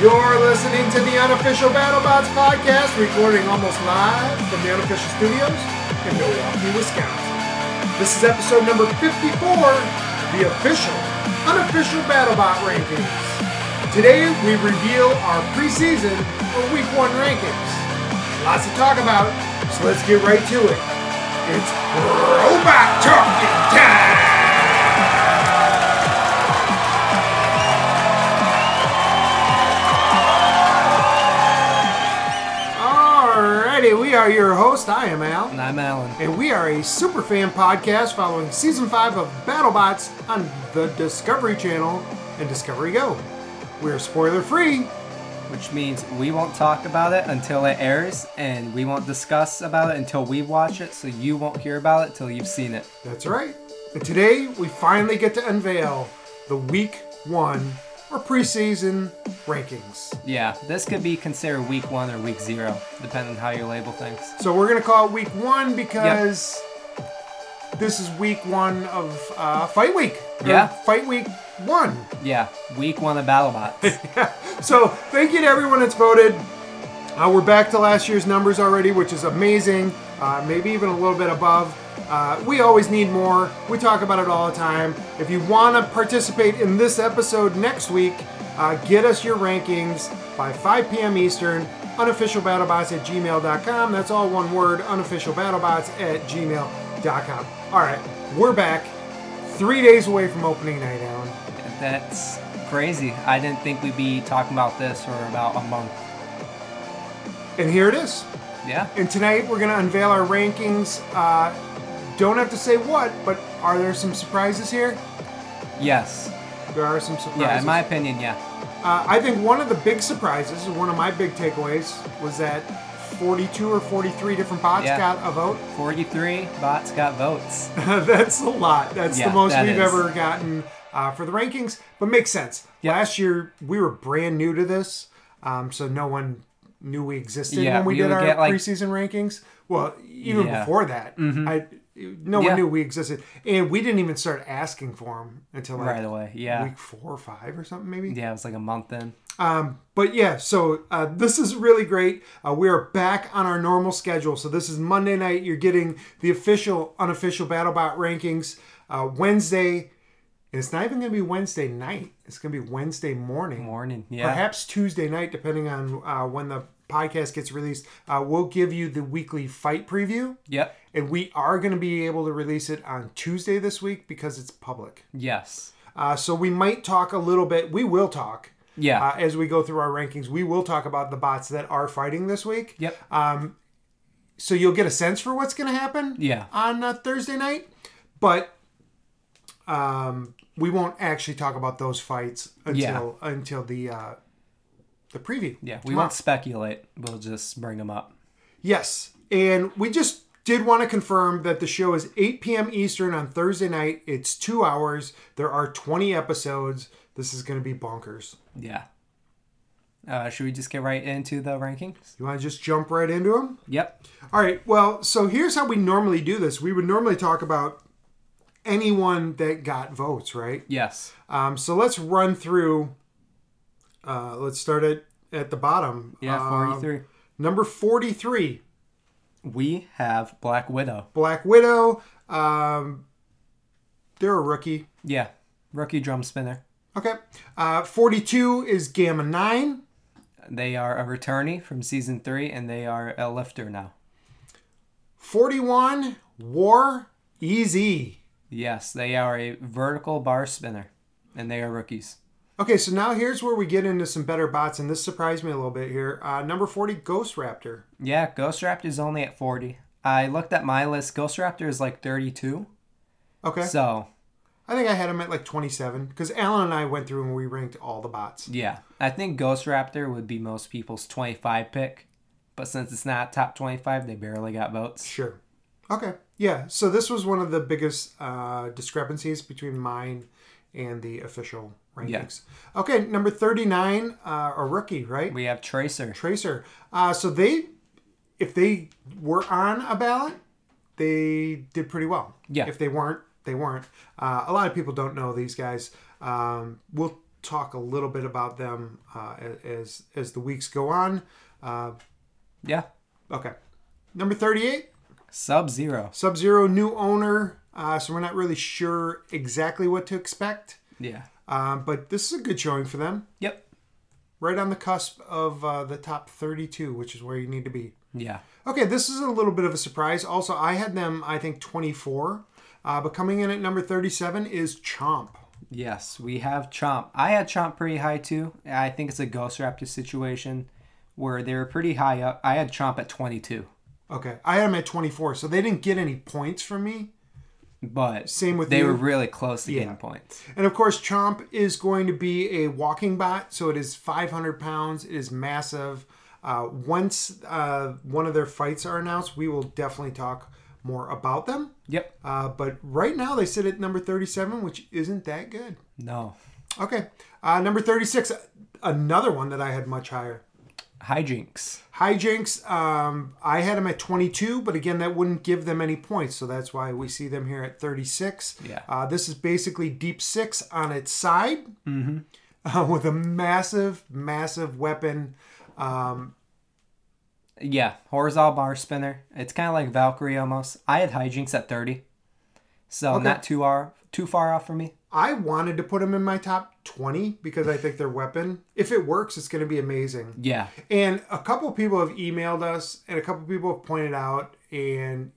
You're listening to the unofficial BattleBots podcast, recording almost live from the unofficial studios in Milwaukee, Wisconsin. This is episode number 54, the official, unofficial BattleBot rankings. Today we reveal our preseason or week one rankings. Lots to talk about, so let's get right to it. It's robot talking time! Alrighty, we are your host. I am Al. And I'm Alan. And we are a superfan podcast following season five of BattleBots on the Discovery Channel and Discovery Go. We're spoiler free. Which means we won't talk about it until it airs, and we won't discuss about it until we watch it, so you won't hear about it till you've seen it. That's right. And today we finally get to unveil the week one or preseason rankings. Yeah, this could be considered week one or week zero, depending on how you label things. So we're gonna call it week one because this is week one of uh, fight week. Or Yeah. Fight week one. Yeah, week one of BattleBots. So thank you to everyone that's voted. Uh, we're back to last year's numbers already, which is amazing. Uh, maybe even a little bit above. Uh, we always need more. We talk about it all the time. If you want to participate in this episode next week, uh, get us your rankings by 5 p.m. Eastern. Unofficialbattlebots at gmail.com. That's all one word. Unofficialbattlebots at gmail.com. All right, we're back. Three days away from opening night, Alan. That's crazy. I didn't think we'd be talking about this for about a month. And here it is. Yeah. And tonight we're going to unveil our rankings. Uh, don't have to say what, but are there some surprises here? Yes. There are some surprises. Yeah, in my opinion, yeah. uh, I think one of the big surprises, one of my big takeaways, was that 42 or 43 different bots Yeah. got a vote. 43 bots got votes. That's a lot. That's the Yeah, most that we've is. ever gotten uh, for the rankings, but makes sense. Yeah. Last year we were brand new to this, um, so no one knew we existed Yeah, when we, we did would our get, like- preseason rankings. Well, even Yeah. Mm-hmm. before that, I no Yeah. one knew we existed, and we didn't even start asking for them until like Right away, yeah. week four or five or something maybe. Yeah, it was like a month in. But yeah, so uh, this is really great. Uh, we are back on our normal schedule. So this is Monday night. You're getting the official, unofficial BattleBot rankings. Uh, Wednesday, and it's not even going to be Wednesday night. It's going to be Wednesday morning, Morning. Yeah. perhaps Tuesday night, depending on uh, when the podcast gets released. Uh, we'll give you the weekly fight preview, Yep. and we are going to be able to release it on Tuesday this week because it's public. Yes. Uh, so we might talk a little bit. We will talk Yeah. uh, as we go through our rankings. We will talk about the bots that are fighting this week. yep. So you'll get a sense for what's going to happen Yeah. on uh, Thursday night. But um, we won't actually talk about those fights until until the uh, the preview. Yeah, we won't speculate. We'll just bring them up. Yes. And we just did want to confirm that the show is 8 p.m. Eastern on Thursday night. It's two hours. There are 20 episodes. This is going to be bonkers. Yeah. Uh, should we just get right into the rankings? You want to just jump right into them? Yep. All right. Well, so here's how we normally do this. We would normally talk about anyone that got votes, right? Yes. Um, so let's run through. Uh, let's start at at the bottom. Yeah, Um, 43. number forty-three, We have Black Widow. Black Widow. Um, they're a rookie. Yeah. Rookie drum spinner. Okay. Uh, forty-two is Gamma Nine. They are a returnee from season three, and they are a lifter now. Forty-one, War E Easy. Yes, they are a vertical bar spinner, and they are rookies. Okay, so now here's where we get into some better bots, and this surprised me a little bit here. Uh, number forty, Ghost Raptor. Yeah, Ghost Raptor is only at 40. I looked at my list. Ghost Raptor is like 32. Okay. So, I think I had him at like 27 because Alan and I went through and we ranked all the bots. Yeah, I think Ghost Raptor would be most people's 25 pick, but since it's not top 25, they barely got votes. Sure. Okay. Yeah. So this was one of the biggest uh, discrepancies between mine and the official rankings. Okay. Number 39, uh, a rookie, right? We have Tracer. Tracer. Uh, so they, if they were on a ballot, they did pretty well. Yeah. If they weren't, they weren't. Uh, a lot of people don't know these guys. Um, we'll talk a little bit about them uh, a- as as the weeks go on. Uh, Yeah. okay, number thirty-eight. Sub Zero. Sub Zero new owner, uh, so we're not really sure exactly what to expect. Yeah. Um, but this is a good showing for them, Yep. right on the cusp of uh, the top 32, which is where you need to be. Yeah. Okay, this is a little bit of a surprise. Also, I had them, I think, 24, uh, but coming in at number 37 is Chomp. Yes, we have Chomp. I had Chomp pretty high too. I think it's a Ghost Raptor situation where they were pretty high up. I had Chomp at 22, Okay, I had them at 24, so they didn't get any points from me. but Same with they you. were really close to getting points. And of course, Chomp is going to be a walking bot, so it is 500 pounds. It is massive. Uh, once uh, one of their fights are announced, we will definitely talk more about them. Yep. Uh, but right now, they sit at number 37, which isn't that good. No. Okay. Uh, number 36, another one that I had much higher. Hijinks. Hijinks, um, I had them at 22, but again, that wouldn't give them any points, so that's why we see them here at 36. Yeah. Uh, this is basically deep six on its side uh, with a massive, massive weapon. Yeah, horizontal bar spinner. It's kind of like Valkyrie almost. I had hijinks at 30, so not too far too far off for me. I wanted to put them in my top 20 because I think their weapon, if it works, it's going to be amazing. Yeah, And a couple people have emailed us, and a couple people have pointed out, and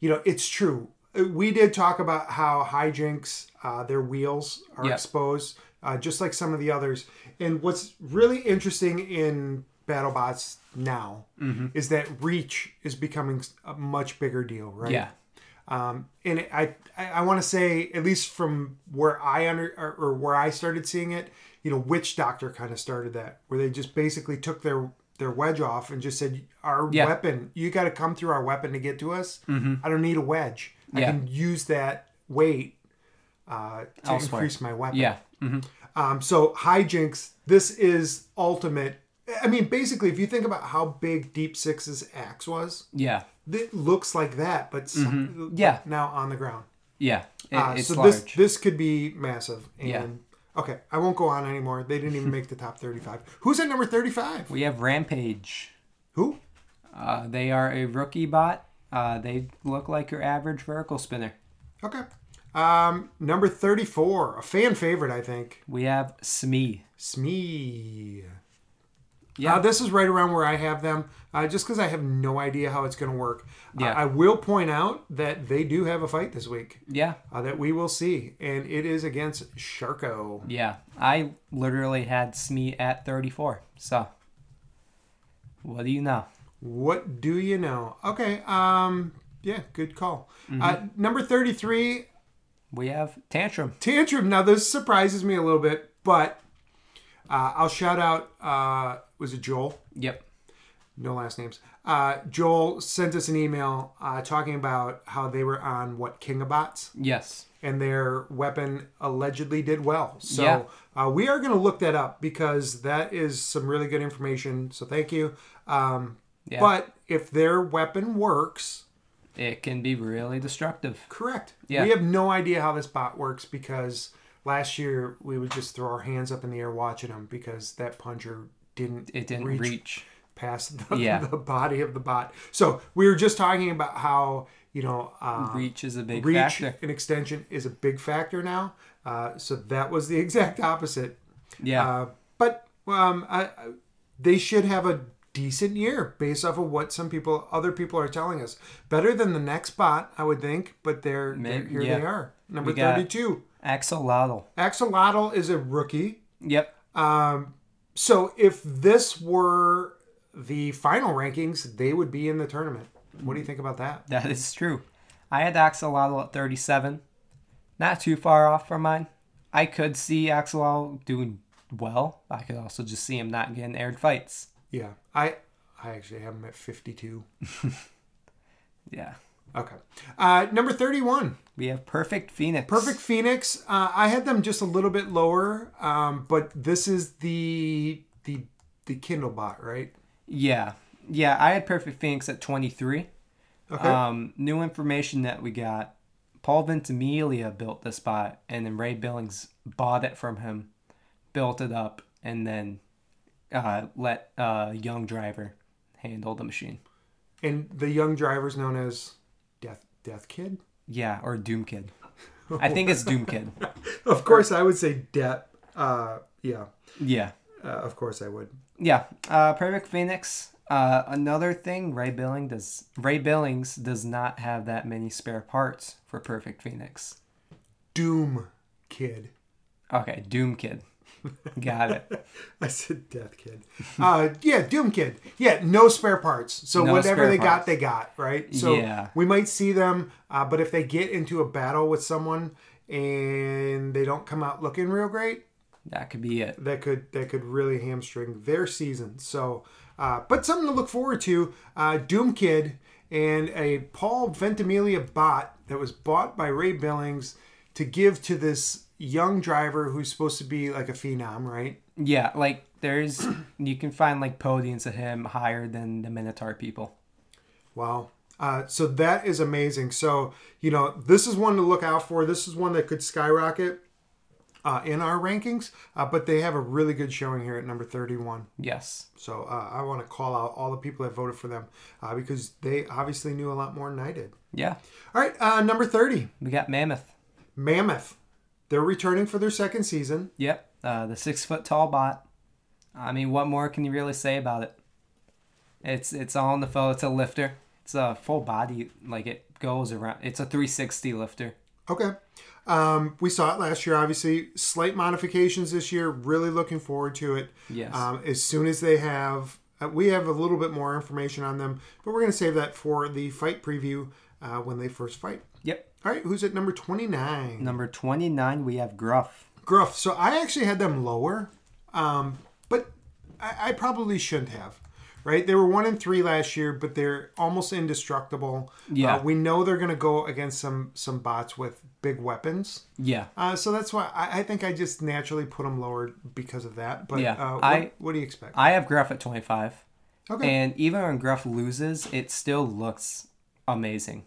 you know it's true. We did talk about how hijinks, uh, their wheels are Yeah. exposed, uh, just like some of the others. And what's really interesting in BattleBots now is that reach is becoming a much bigger deal, right? yeah, Um, and it- I, I, I want to say, at least from where I under or, or where I started seeing it, you know, Witch Doctor kind of started that, where they just basically took their their wedge off and just said, "Our Yeah. Mm-hmm. weapon, you got to come through our weapon to get to us. I don't need a wedge. I Yeah. can use that weight uh, to Elsewhere. increase my weapon." yeah, Um, so hijinks. This is ultimate. I mean, basically, if you think about how big Deep Six's axe was, yeah, it looks like that, but so- Yeah. now on the ground. yeah. It, Uh, it's so large. this this could be massive. And Yeah. Okay, I won't go on anymore. They didn't even make the top thirty-five. Who's at number thirty-five? We have Rampage. Who? Uh, they are a rookie bot. Uh, they look like your average vertical spinner. Okay. Um, number thirty-four, a fan favorite, I think. We have Smee. Smee. Yeah. Uh, this is right around where I have them, uh, just because I have no idea how it's going to work. Uh, Yeah. I will point out that they do have a fight this week Yeah, uh, that we will see, and it is against Sharko. yeah. I literally had Smee at 34. So, what do you know? What do you know? Okay. Um. Yeah. Good call. Mm-hmm. Uh, number thirty-three, We have Tantrum. Tantrum. Now this surprises me a little bit, but uh, I'll shout out. Uh, was it Joel? Yep. No last names. Uh, Joel sent us an email uh, talking about how they were on what Kingabots Yes. and their weapon allegedly did well. So Yeah. uh, we are going to look that up because that is some really good information. So thank you. Um, Yeah. But if their weapon works, It can be really destructive. Correct. Yeah. We have no idea how this bot works because last year we would just throw our hands up in the air watching them because that puncher didn't It didn't reach. past the, Yeah. the body of the bot. So we were just talking about how, you know, uh, Reach is a big reach factor. and extension is a big factor now. Uh, so that was the exact opposite. Yeah. Uh, but um, I, I, they should have a decent year based off of what some people, other people are telling us. Better than the next bot, I would think. But they're, Maybe, they're here yeah. they are. Number We got- thirty-two. Axolotl. Axolotl is a rookie. Yep. So if this were the final rankings, they would be in the tournament. What do Mm-hmm. you think about that? That is true. I had Axolotl at 37. Not too far off from mine. I could see Axolotl doing well. I could also just see him not getting aired fights. Yeah, I I actually have them at fifty-two. Yeah. Okay, uh, number thirty-one. We have Perfect Phoenix. Perfect Phoenix. Uh, I had them just a little bit lower, um, but this is the the the Kindle bot, right? Yeah. Yeah, I had Perfect Phoenix at 23. Okay. Um, new information that we got. Paul Ventimiglia built this bot, and then Ray Billings bought it from him built it up, and then uh, let uh, young driver handle the machine. And the young driver's known as Death Death Kid. Yeah, or Doom Kid. I think it's Doom Kid. Of course, I would say Death. Uh, yeah, Yeah. uh, of course I would. Yeah, uh, Perfect Phoenix. Uh, another thing, Ray Billings does. Ray Billings does not have that many spare parts for Perfect Phoenix. Doom Kid. Okay, Doom Kid. Got it. I said Death Kid. Uh, yeah, Doom Kid. Yeah, no spare parts. So No whatever spare they got, parts. they got right. So Yeah. we might see them, uh, but if they get into a battle with someone and they don't come out looking real great, That could be it. that could that could really hamstring their season. So, uh, but something to look forward to. Uh, Doom Kid and a Paul Ventimiglia bot that was bought by Ray Billings to give to this young driver who's supposed to be like a phenom, right? Yeah, like there's you can find like podiums of him higher than the Minotaur people. Wow. Uh, so that is amazing. So, you know, this is one to look out for. This is one that could skyrocket uh, in our rankings, uh, but they have a really good showing here at number 31. Yes. So uh, I want to call out all the people that voted for them uh, because they obviously knew a lot more than I did. Yeah. All right, uh, number 30, We got Mammoth. Mammoth. They're returning for their second season. Yep. Uh, the six foot tall bot. I mean, what more can you really say about it? It's it's all in the fell. It's a lifter. It's a full body. Like it goes around. It's a 360 lifter. Okay. Um, we saw it last year, obviously. Slight modifications this year. Really looking forward to it. Yes. Um, as soon as they have, uh, we have a little bit more information on them, but we're going to save that for the fight preview uh, when they first fight. Yep. All right, who's at number 29? Number 29, we have Gruff. Gruff. So I actually had them lower, um, but I, I probably shouldn't have. Right? They were one and three last year, but they're almost indestructible. Yeah. Uh, we know they're going to go against some some bots with big weapons. Yeah. Uh, so that's why I, I think I just naturally put them lower because of that. But Yeah, uh, what, I- what do you expect? I have Gruff at 25. Okay. And even when Gruff loses, it still looks amazing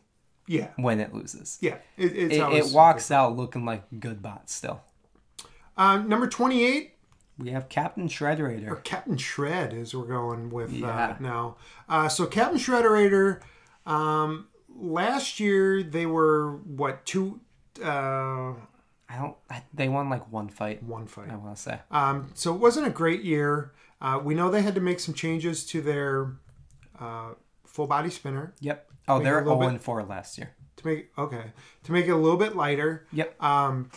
yeah, when it loses. yeah. It, it's It, how it it's- walks out looking like good bot still. Uh, number twenty-eight, We have Captain Shredderator. Captain Shred is we're going with uh, Yeah. now. Uh, so Captain Shredderator. Um, last year they were what two, uh, I don't. I, they won like one fight. one fight. I want to say. Um, so it wasn't a great year. Uh, we know they had to make some changes to their uh, full body spinner Yep. Oh, a they're little 0 bit- and 4 last year. to make okay to make it a little bit lighter. Yep. Um,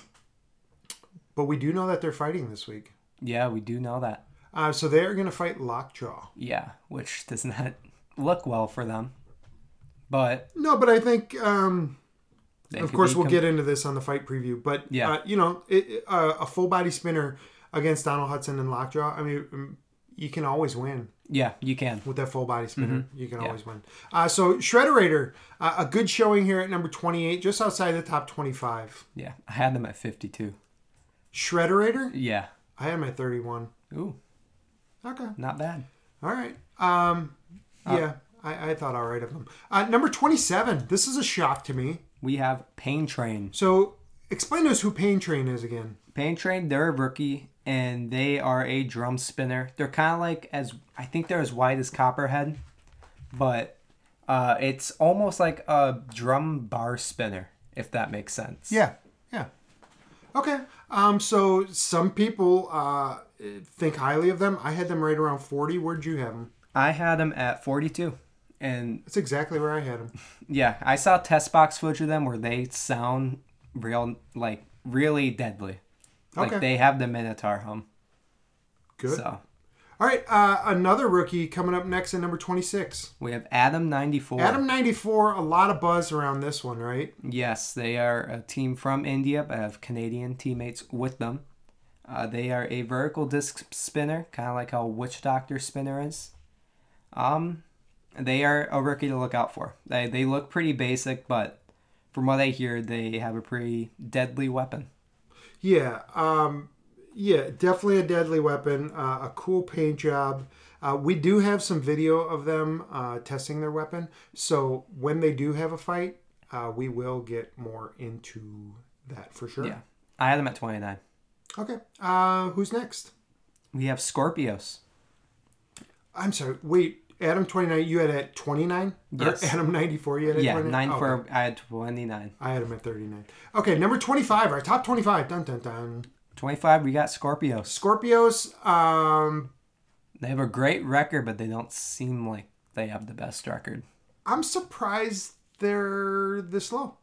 but we do know that they're fighting this week. Yeah, we do know that. Uh, so they're going to fight Lockjaw. Yeah, which does not look well for them. But No, but I think, um, they of could course, be we'll com- get into this on the fight preview. But, Yeah. uh, you know, it, it- uh, a full body spinner against Donald Hudson and Lockjaw, I mean, mm, you can always win Yeah, you can. with that full body spinner. Mm-hmm. You can always win. Uh, so, Shredderator, uh, a good showing here at number 28, just outside the top 25. Yeah, I had them at 52. Shredderator, Yeah. I am at 31. Ooh, Okay. not bad. All right. Um, Uh, yeah, I, I thought all right of them. Uh, number 27. This is a shock to me. We have Pain Train. So explain to us who Pain Train is again. Pain Train, they're a rookie and they are a drum spinner. They're kind of like as I think they're as wide as Copperhead, but uh, it's almost like a drum bar spinner, if that makes sense. Yeah. Yeah. Okay. Um, so some people uh, think highly of them. I had them right around 40. Where'd you have them? I had them at 42. And That's exactly where I had them. yeah, I saw test box footage of them where they sound real, like really deadly. Like Okay. they have the Minotaur hum. Good. So All right. Uh, another rookie coming up next at number 26. we have Adam 94. Adam 94. A lot of buzz around this one, right? Yes, they are a team from India, but have Canadian teammates with them. Uh, they are a vertical disc spinner, kind of like how Witch Doctor spinner is. Um, they are a rookie to look out for. They, they look pretty basic, but from what I hear, they have a pretty deadly weapon. Yeah, um, yeah, definitely a deadly weapon. Uh, a cool paint job. Uh, we do have some video of them uh, testing their weapon, so when they do have a fight, uh, we will get more into that for sure. Yeah, I had them at 29. Okay. Uh, who's next? We have Scorpios. I'm sorry. Wait, Adam 29. You had at 29. Yes. Or Adam 94. You had at Yeah, 29? nine Oh, for okay. I had twenty nine. I had him at 39. Okay, number 25. Our top 25. Dun dun dun. Twenty five. We got Scorpios. Scorpios. Um, They have a great record, but they don't seem like they have the best record. I'm surprised they're this low.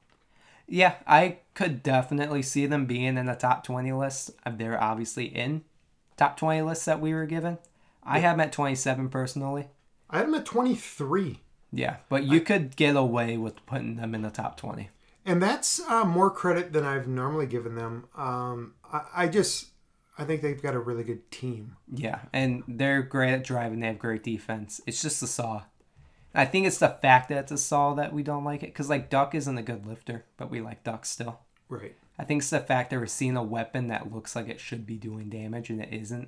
Yeah, I could definitely see them being in the top 20 list. Uh, They're obviously in top 20 lists that we were given. I have them at 27 personally. I had him at 23. Yeah, but you could get away with putting them in the top 20. and that's uh, more credit than I've normally given them. Um, I, I just I think they've got a really good team. Yeah, and they're great at driving. They have great defense. It's just the saw. I think it's the fact that it's a saw that we don't like it because, like, Duck isn't a good lifter, but we like Duck still. Right. I think it's the fact that we're seeing a weapon that looks like it should be doing damage and it isn't.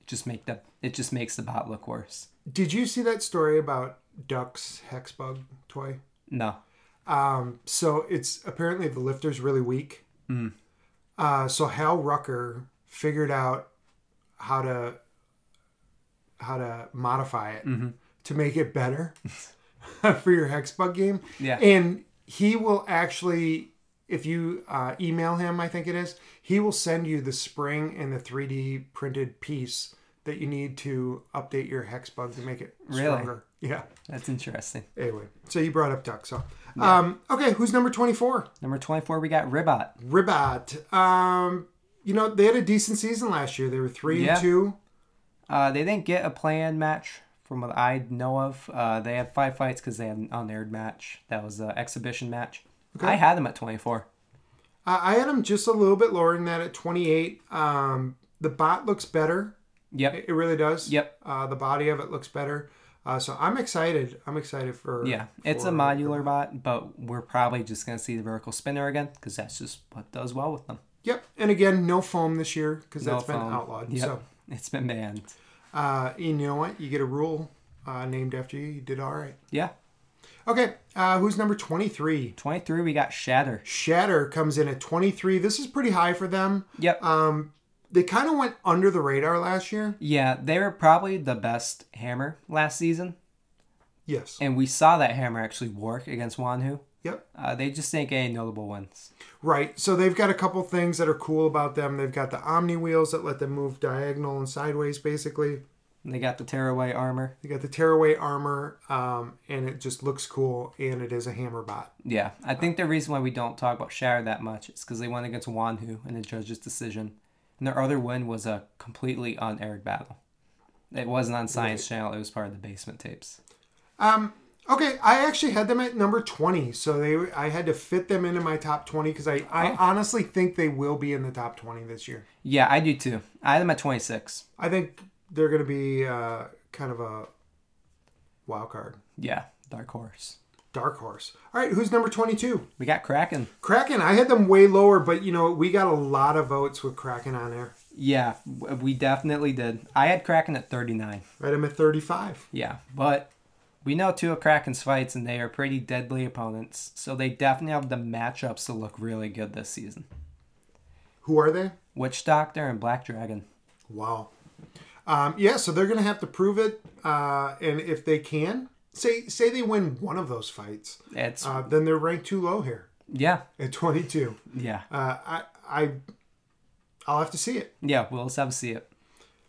It just make the it just makes the bot look worse. Did you see that story about Duck's hex bug toy? No, Um, so it's apparently the lifter's really weak. Hmm. Uh, so Hal Rucker figured out how to how to modify it Mm-hmm. to make it better for your hex bug game. Yeah. and he will actually, if you uh, email him, I think it is, he will send you the spring and the three D printed piece that you need to update your hex bug to make it Really? stronger. Yeah. That's interesting. Anyway, so you brought up duck. So, um, okay, who's number twenty-four? Number 24, we got Ribot. Ribat. Um, you know they had a decent season last year. They were three Yeah. and two. Uh, they didn't get a play-in match from what I know of. Uh, they had five fights because they had an unaired match. That was an exhibition match. I had them at 24. Uh, I had them just a little bit lower than that at twenty-eight. Um, the bot looks better. Yep. It it really does. Yep. Uh, the body of it looks better. Uh, so I'm excited. I'm excited for. Yeah, it's a for- modular bot, but we're probably just going to see the vertical spinner again because that's just what does well with them. Yep. And again, no foam this year because No that's been foam. outlawed. Yep. So It's been banned. uh, you know what? You get a rule uh, named after you. You did all right. Yeah. Okay. Uh, who's number twenty-three? 23, we got Shatter. Shatter comes in at 23. This is pretty high for them. Yep. Um, they kind of went under the radar last year. yeah, they were probably the best hammer last season, Yes. and we saw that hammer actually work against Wanhu. Yep. Uh, they just didn't get any notable wins. Right. So they've got a couple things that are cool about them. They've got the Omni wheels that let them move diagonal and sideways, basically. They got the tearaway armor. They got the tearaway armor, um, and it just looks cool. And it is a hammer bot. Yeah, I think the reason why we don't talk about Shatter that much is because they went against Wanhu in the judge's decision, and their other win was a completely unaired battle. It wasn't on Science Channel; it was part of the basement tapes. Okay, I actually had them at number 20, so they I had to fit them into my top 20 because I, I honestly think they will be in the top 20 this year. Yeah, I do too. I had them at twenty six. I think they're going to be uh, kind of a wild card. Yeah, dark horse. Dark horse. All right, who's number 22? We got Kraken. Kraken. I had them way lower, but you know, we got a lot of votes with Kraken on there. Yeah, w- we definitely did. I had Kraken at thirty nine. I had them at 35. Yeah, but we know two of Kraken's fights, and they are pretty deadly opponents, so they definitely have the matchups to look really good this season. Who are they? Witch Doctor and Black Dragon. Wow. Um, yeah, so they're going to have to prove it. Uh, and if they can, say say they win one of those fights, It's uh, then they're ranked too low here yeah, at 22. yeah, Uh, I, I, I'll have to see it. yeah. We'll just have to see it.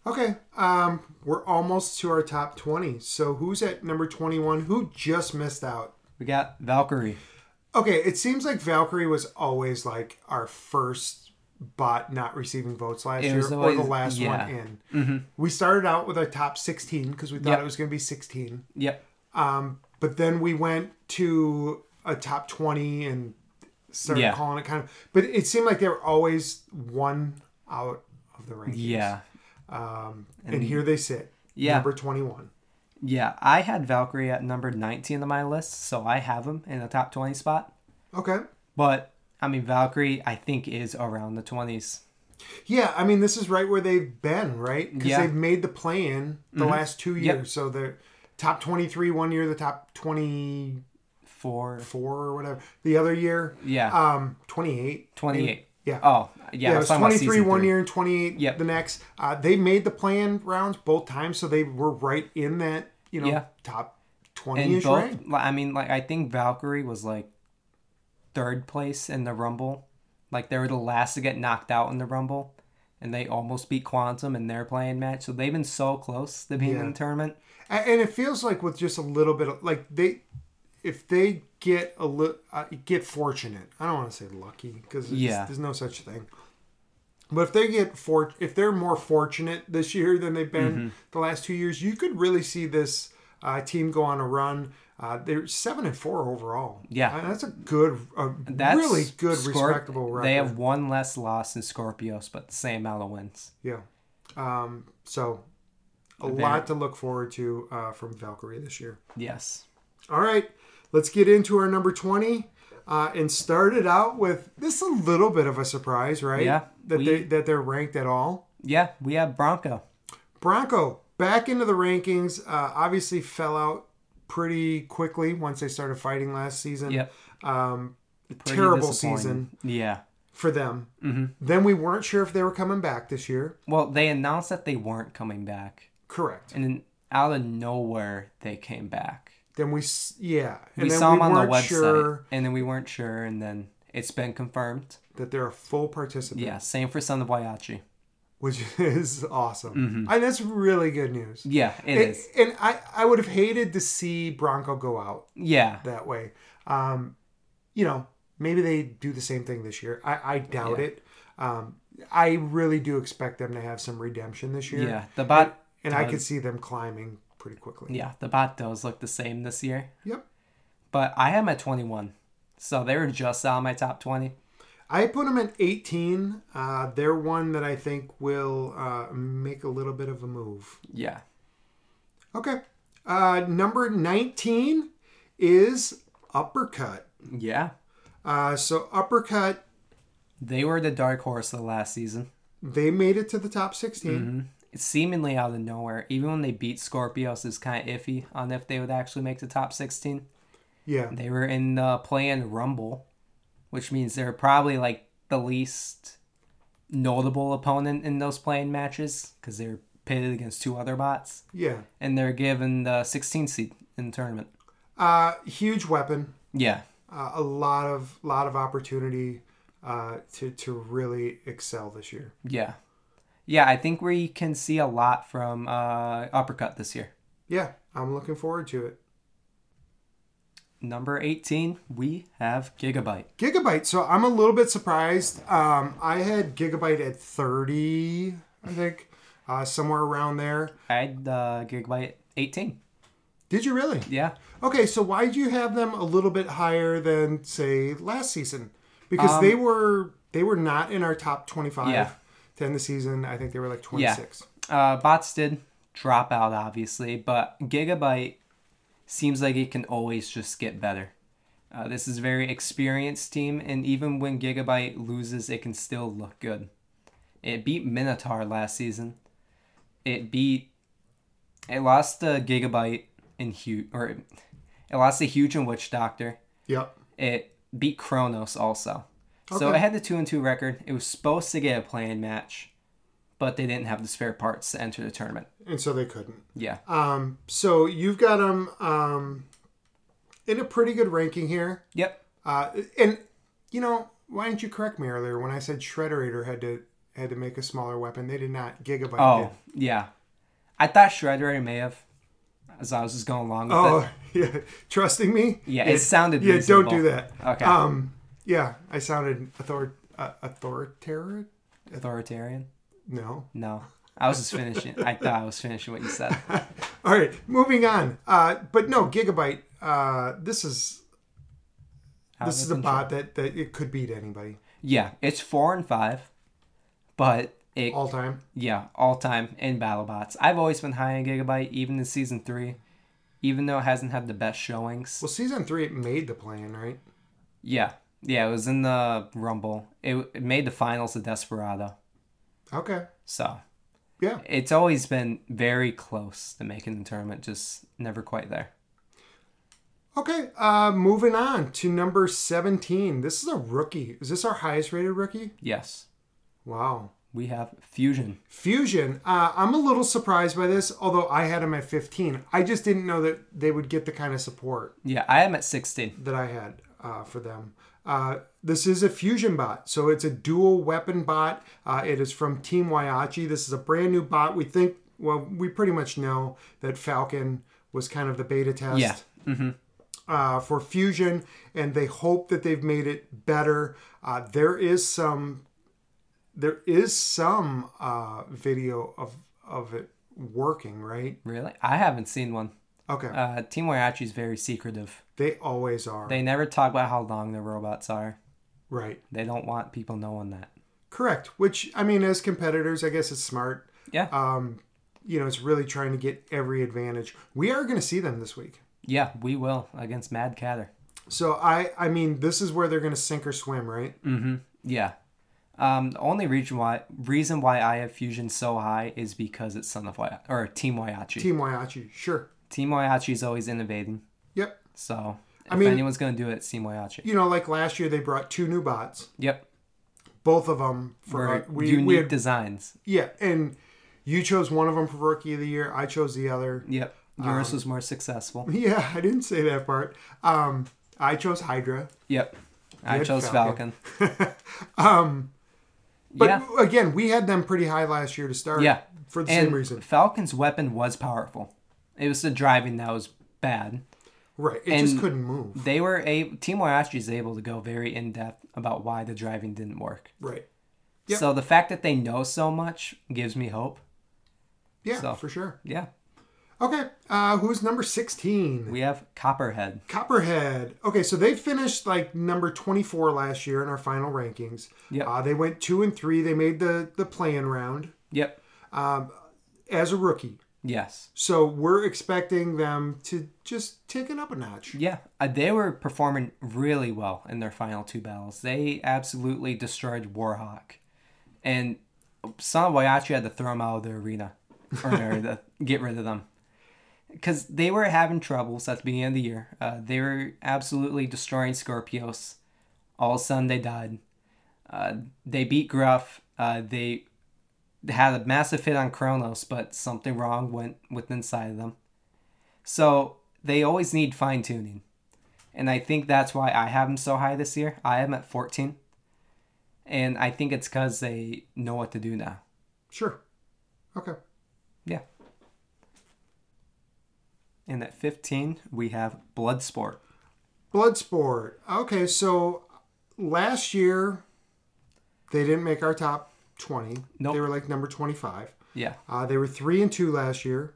Okay, um, we're almost to our top 20. So who's at number 21? Who just missed out? We got Valkyrie. Okay, it seems like Valkyrie was always like our first bot not receiving votes last It year was or the always- last yeah. Mm-hmm. one in. We started out with our top 16 because we thought Yep. it was going to be 16. Yep. Um, but then we went to a top 20 and started Yeah. calling it kind of. But it seemed like they were always one out of the rankings. Yeah, And, here they sit. Yeah. Number 21. yeah. I had Valkyrie at number nineteen on my list, so I have him in the top twenty spot. Okay. But I mean, Valkyrie, I think is around the twenties. Yeah, I mean, this is right where they've been, right? Because Yeah. Mm-hmm. they've made the play in the last two years. So they're top 23 one year, the top 24 Four. or whatever the other year. Yeah. Um, 28. Twenty eight. Yeah. Oh, yeah. I Yeah, it was was talking about 23 season one three. year and 28 Yep. the next. Uh, they made the plan rounds both times, so they were right in that, you know, Yeah. top And 20-ish both, range. li- I mean, like I think Valkyrie was like third place in the Rumble. Like they were the last to get knocked out in the Rumble, and they almost beat Quantum in their playing match. So they've been so close to being in the tournament. A- And it feels like with just a little bit of like they if they get a li- uh, get fortunate. I don't want to say lucky because Yeah. there's no such thing. But if they get for if they're more fortunate this year than they've been Mm-hmm. the last two years, you could really see this uh, team go on a run. Uh, they're seven and four overall. Yeah. Uh, that's a good, a That's really good, Scorp- respectable record. They have one less loss than Scorpios, but the same amount of wins. yeah. Um, so a lot to look forward to uh, from Valkyrie this year. Yes. All right, let's get into our number 20 uh, and start it out with this a little bit of a surprise, right? Yeah, That, we- they, that they're ranked at all. Yeah, we have Bronco. Bronco back into the rankings, uh, obviously fell out pretty quickly once they started fighting last season. Yep. Um, Pretty terrible disappointing. season Yeah. for them. Mm-hmm. Then we weren't sure if they were coming back this year. Well, they announced that they weren't coming back, Correct. and then out of nowhere they came back. Then we, s- yeah. And we then saw them on the weren't website, sure and then we weren't sure, and then it's been confirmed. that they're a full participant. Yeah, same for Son of Wayachi. which is awesome. Mm-hmm. I, that's really good news. Yeah, it And- is. And I, I would have hated to see Bronco go out Yeah, that way. Um, you know, maybe they do the same thing this year. I, I doubt Yeah. it. Um, I really do expect them to have some redemption this year. yeah. The bot, And I could does. see them climbing pretty quickly. yeah, the bot does look the same this year. Yep. But I am at twenty one, so they were just out of my top twenty. I put them at 18. Uh, they're one that I think will uh, make a little bit of a move. Yeah, Okay. Uh, number 19 is Uppercut. yeah. Uh, so Uppercut, They were the dark horse of the last season. they made it to the top 16. It's seemingly out of nowhere. Even when they beat Scorpios, it's kind of iffy on if they would actually make the top sixteen. Yeah. They were in the play-in rumble, which means they're probably like the least notable opponent in those play-in matches because they're pitted against two other bots, Yeah. and they're given the 16 seed in the tournament. Uh, huge weapon. Yeah, Uh, a lot of lot of opportunity uh, to to really excel this year. yeah, yeah. I think we can see a lot from uh, uppercut this year. Yeah, I'm looking forward to it. Number 18, we have Gigabyte. Gigabyte. So I'm a little bit surprised. Um, I had Gigabyte at 30, I think, uh, somewhere around there. I had uh, Gigabyte at 18. Did you really? Yeah. Okay, so why would you have them a little bit higher than say last season? Because they were they were not in our top 25 Um, Yeah. to end the season. I think they were like 26. uh, bots did drop out obviously but gigabyte seems like it can always just get better uh, this is a very experienced team and even when gigabyte loses it can still look good it beat minotaur last season it beat it lost to gigabyte in huge or it lost to huge and witch doctor Yep. it beat Kronos also. So Okay. it had the two and two record. It was supposed to get a playing match, but they didn't have the spare parts to enter the tournament. And so they couldn't. Yeah. Um, so you've got them um, in a pretty good ranking here. Yep. Uh, and you know, why didn't you correct me earlier when I said Shredderator had to had to make a smaller weapon? They did not. Gigabyte. Oh did. yeah. I thought Shredder may have, so I was just going along with it. Oh, yeah. Trusting me? Yeah, it sounded Yeah, reasonable. don't do that. Okay. Um, yeah, I sounded author uh, authoritarian. Authoritarian? No. No. I was just finishing. I thought I was finishing what you said. All right, moving on. Uh, but no, Gigabyte. Uh, this is Out this of is a control. bot that that it could beat anybody Yeah, it's four and five, but it all time. Yeah, all time in BattleBots. I've always been high on Gigabyte, even in season three, even though it hasn't had the best showings. Well, season three it made the plan, right? Yeah, yeah, it was in the Rumble. It, it made the finals of Desperado, Okay. so Yeah. it's always been very close to making the tournament, just never quite there. Okay, uh, moving on to number 17. This is a rookie. Is this our highest rated rookie? Yes, Wow. we have Fusion. Fusion. Uh, I'm a little surprised by this, although I had him at 15. I just didn't know that they would get the kind of support Yeah, I am at 16. that I had uh, for them. Uh, this is a fusion bot, so it's a dual weapon bot. Uh, it is from Team Waiachi. This is a brand new bot. We think, well, we pretty much know that Falcon was kind of the beta test Yeah. uh, for Fusion, and they hope that they've made it better. Uh, there is some, there is some uh, video of of it working, right? Really? I haven't seen one. Okay, Uh, Team Wariachi is very secretive. they always are, They never talk about how long their robots are. right? They don't want people knowing that. Correct. Which I mean, as competitors, I guess it's smart. Yeah. Um, you know, it's really trying to get every advantage. We are going to see them this week. Yeah, we will against Mad Catter. So I, I mean, this is where they're going to sink or swim, right? Mm. Yeah. Um, the only reason why reason why I have Fusion so high is because it's Son of Wai or Team Waiachi. Team Waiachi, sure. Team Waiachi is always innovating. Yep. So if mean- anyone's gonna do it, it's Team Waiachi. You know, like last year, they brought two new bots. Yep. both of them for Or we, unique we had, designs. yeah and you chose one of them for rookie of the year i chose the other Yep. Um, Yours was more successful. yeah i didn't say that part um i chose hydra Yep. I had chose Falcon. Falcon. Um, but yeah. again we had them pretty high last year to start Yeah. for the And same reason Falcon's weapon was powerful. It was the driving that was bad. right it just and- couldn't move They were able, Team Waiachi is able to go very in depth about why the driving didn't work. right Yep. So the fact that they know so much gives me hope. yeah So. for sure Yeah. okay uh who's number 16 We have Copperhead. Copperhead. Okay, so they finished like number 24 last year in our final rankings. Yep. Uh, they went two and three. They made the the play-in round Yep. as a rookie. Yes. So we're expecting them to just take it up a notch. Yeah. Uh, they were performing really well in their final two battles. They absolutely destroyed Warhawk. And Son of Waiachi had to throw them out of the arena or no, the, get rid of them. Because they were having troubles at the beginning of the year. Uh, they were absolutely destroying Scorpios. All of a sudden, they died. Uh, they beat Gruff. Uh, they had a massive hit on Kronos, but something wrong went with inside of them. So they always need fine tuning. And I think that's why I have them so high this year. I am at 14. And I think it's because they know what to do now. Sure. Okay. Yeah. And at 15, we have Bloodsport. Bloodsport. Okay, so last year they didn't make our top 20. Nope. They were like number 25. Yeah. Uh, they were 3 and 2 last year.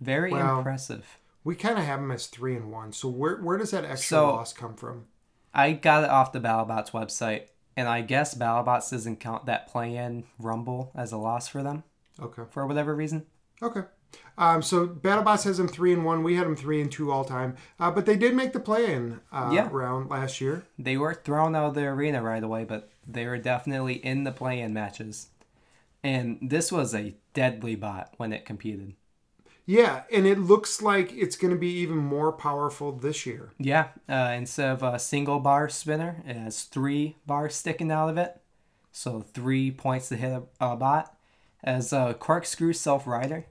Very Wow. impressive. We kind of have them as 3 and 1. So where where does that extra So- loss come from? I got it off the BattleBots website. And I guess BattleBots doesn't count that play in Rumble as a loss for them Okay. for whatever reason. Okay. Um, so BattleBots has them 3 and 1. We had them 3 and 2 all time. Uh, but they did make the play in uh, Yeah. round last year. They were thrown out of the arena right away, but they were definitely in the play in matches. And this was a deadly bot when it competed. Yeah, and it looks like it's going to be even more powerful this year. Yeah, uh, instead of a single bar spinner, it has three bars sticking out of it. So three points to hit a, a bot. As a corkscrew self rider,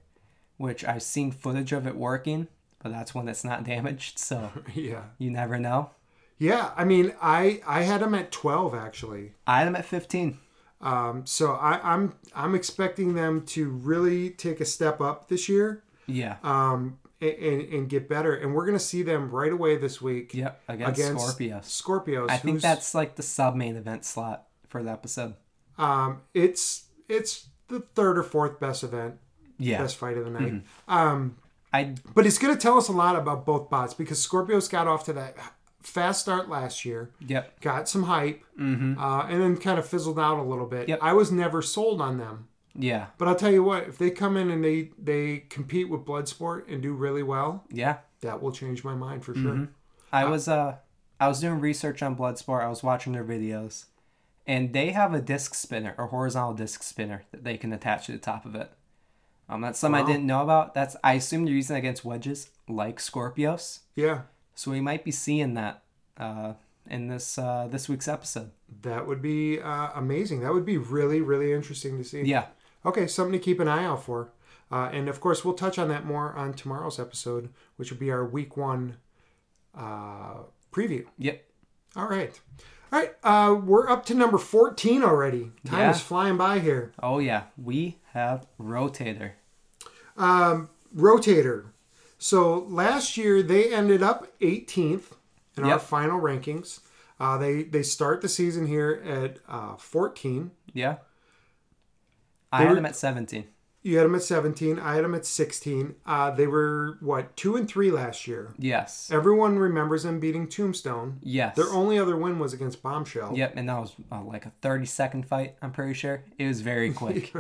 which I've seen footage of it working, but that's when it's not damaged, so Yeah. you never know. Yeah, I mean, I I had them at 12 actually. Item at 15. Um, so I I'm I'm expecting them to really take a step up this year. Yeah. Um and, and, and get better and we're going to see them right away this week yep. Against, against Scorpius. Scorpios. I think who's- that's like the sub main event slot for the episode. um it's it's the third or fourth best event, Yeah. Mm-hmm. best fight of the night. Um I But it's going to tell us a lot about both bots because Scorpios got off to that fast start last year, yep. got some hype, uh, and then kind of fizzled out a little bit. Mm-hmm. Yep. I was never sold on them. Yeah. But I'll tell you what, if they come in and they, they compete with Bloodsport and do really well, Yeah. that will change my mind for sure. Mm-hmm. I was uh I was doing research on Bloodsport. I was watching their videos, and they have a disc spinner or horizontal disc spinner that they can attach to the top of it. Um, that's something I didn't know about. That's I assume they're using it against wedges like Scorpios. Yeah. So we might be seeing that uh, in this uh, this week's episode. That would be uh, amazing. That would be really, really interesting to see. Yeah, Okay, something to keep an eye out for. Uh, and of course, we'll touch on that more on tomorrow's episode, which will be our week one uh, preview. yep. All right. All right. Uh, we're up to number 14 already. Time Yeah. is flying by here. Oh yeah, we have Rotator. Rotator. So last year, they ended up 18th in our Yep. final rankings. Uh, they, they start the season here at uh, 14. Yeah. I They had were- them at 17. You had them at 17. I had them at 16. Uh, they were, what, two and three last year? Yes. Everyone remembers them beating Tombstone. Yes. Their only other win was against Bombshell. Yep, and that was uh, like a 30 second fight, I'm pretty sure. It was very quick.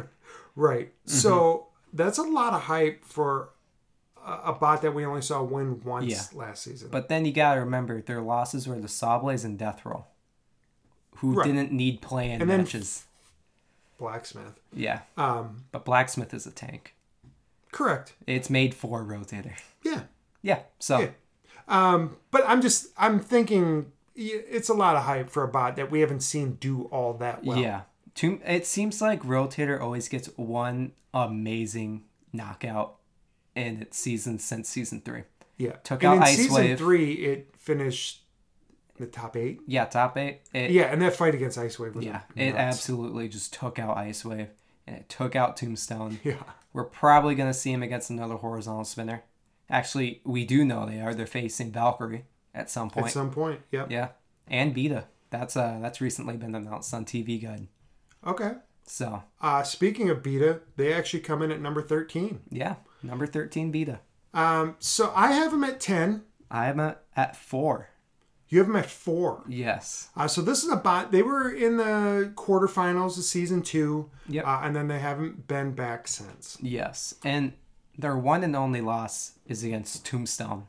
Right. Mm-hmm. So that's a lot of hype for a, a bot that we only saw win once Yeah. last season. but then you got to remember their losses were the Sawblaze and Death Roll, who Right. didn't need play in And then- matches. Blacksmith. yeah. Um, But Blacksmith is a tank. correct. It's made for Rotator. Yeah. Yeah. So, Yeah. Um, but I'm just, I'm thinking y- it's a lot of hype for a bot that we haven't seen do all that well. yeah. Tomb- it seems like Rotator always gets one amazing knockout in its season since season three. Yeah. Took and out in Ice season Wave. three, it finished the top eight. Yeah, top eight. It, Yeah. And that fight against Ice Wave was Yeah, it nuts. absolutely just took out Ice Wave and it took out Tombstone. Yeah. We're probably going to see him against another horizontal spinner. Actually, we do know they are. They're facing Valkyrie at some point. At some point. Yep. yeah, and Beta. That's uh that's recently been announced on TV Guide. Okay. So Uh, speaking of Beta, they actually come in at number 13. yeah, number thirteen Beta. Um, so I have them at 10. I'm at, at four. You have them at 4. Yes. Uh, so this is a bot. They were in the quarterfinals of season two. Yep. Uh, and then they haven't been back since. Yes, and their one and only loss is against Tombstone,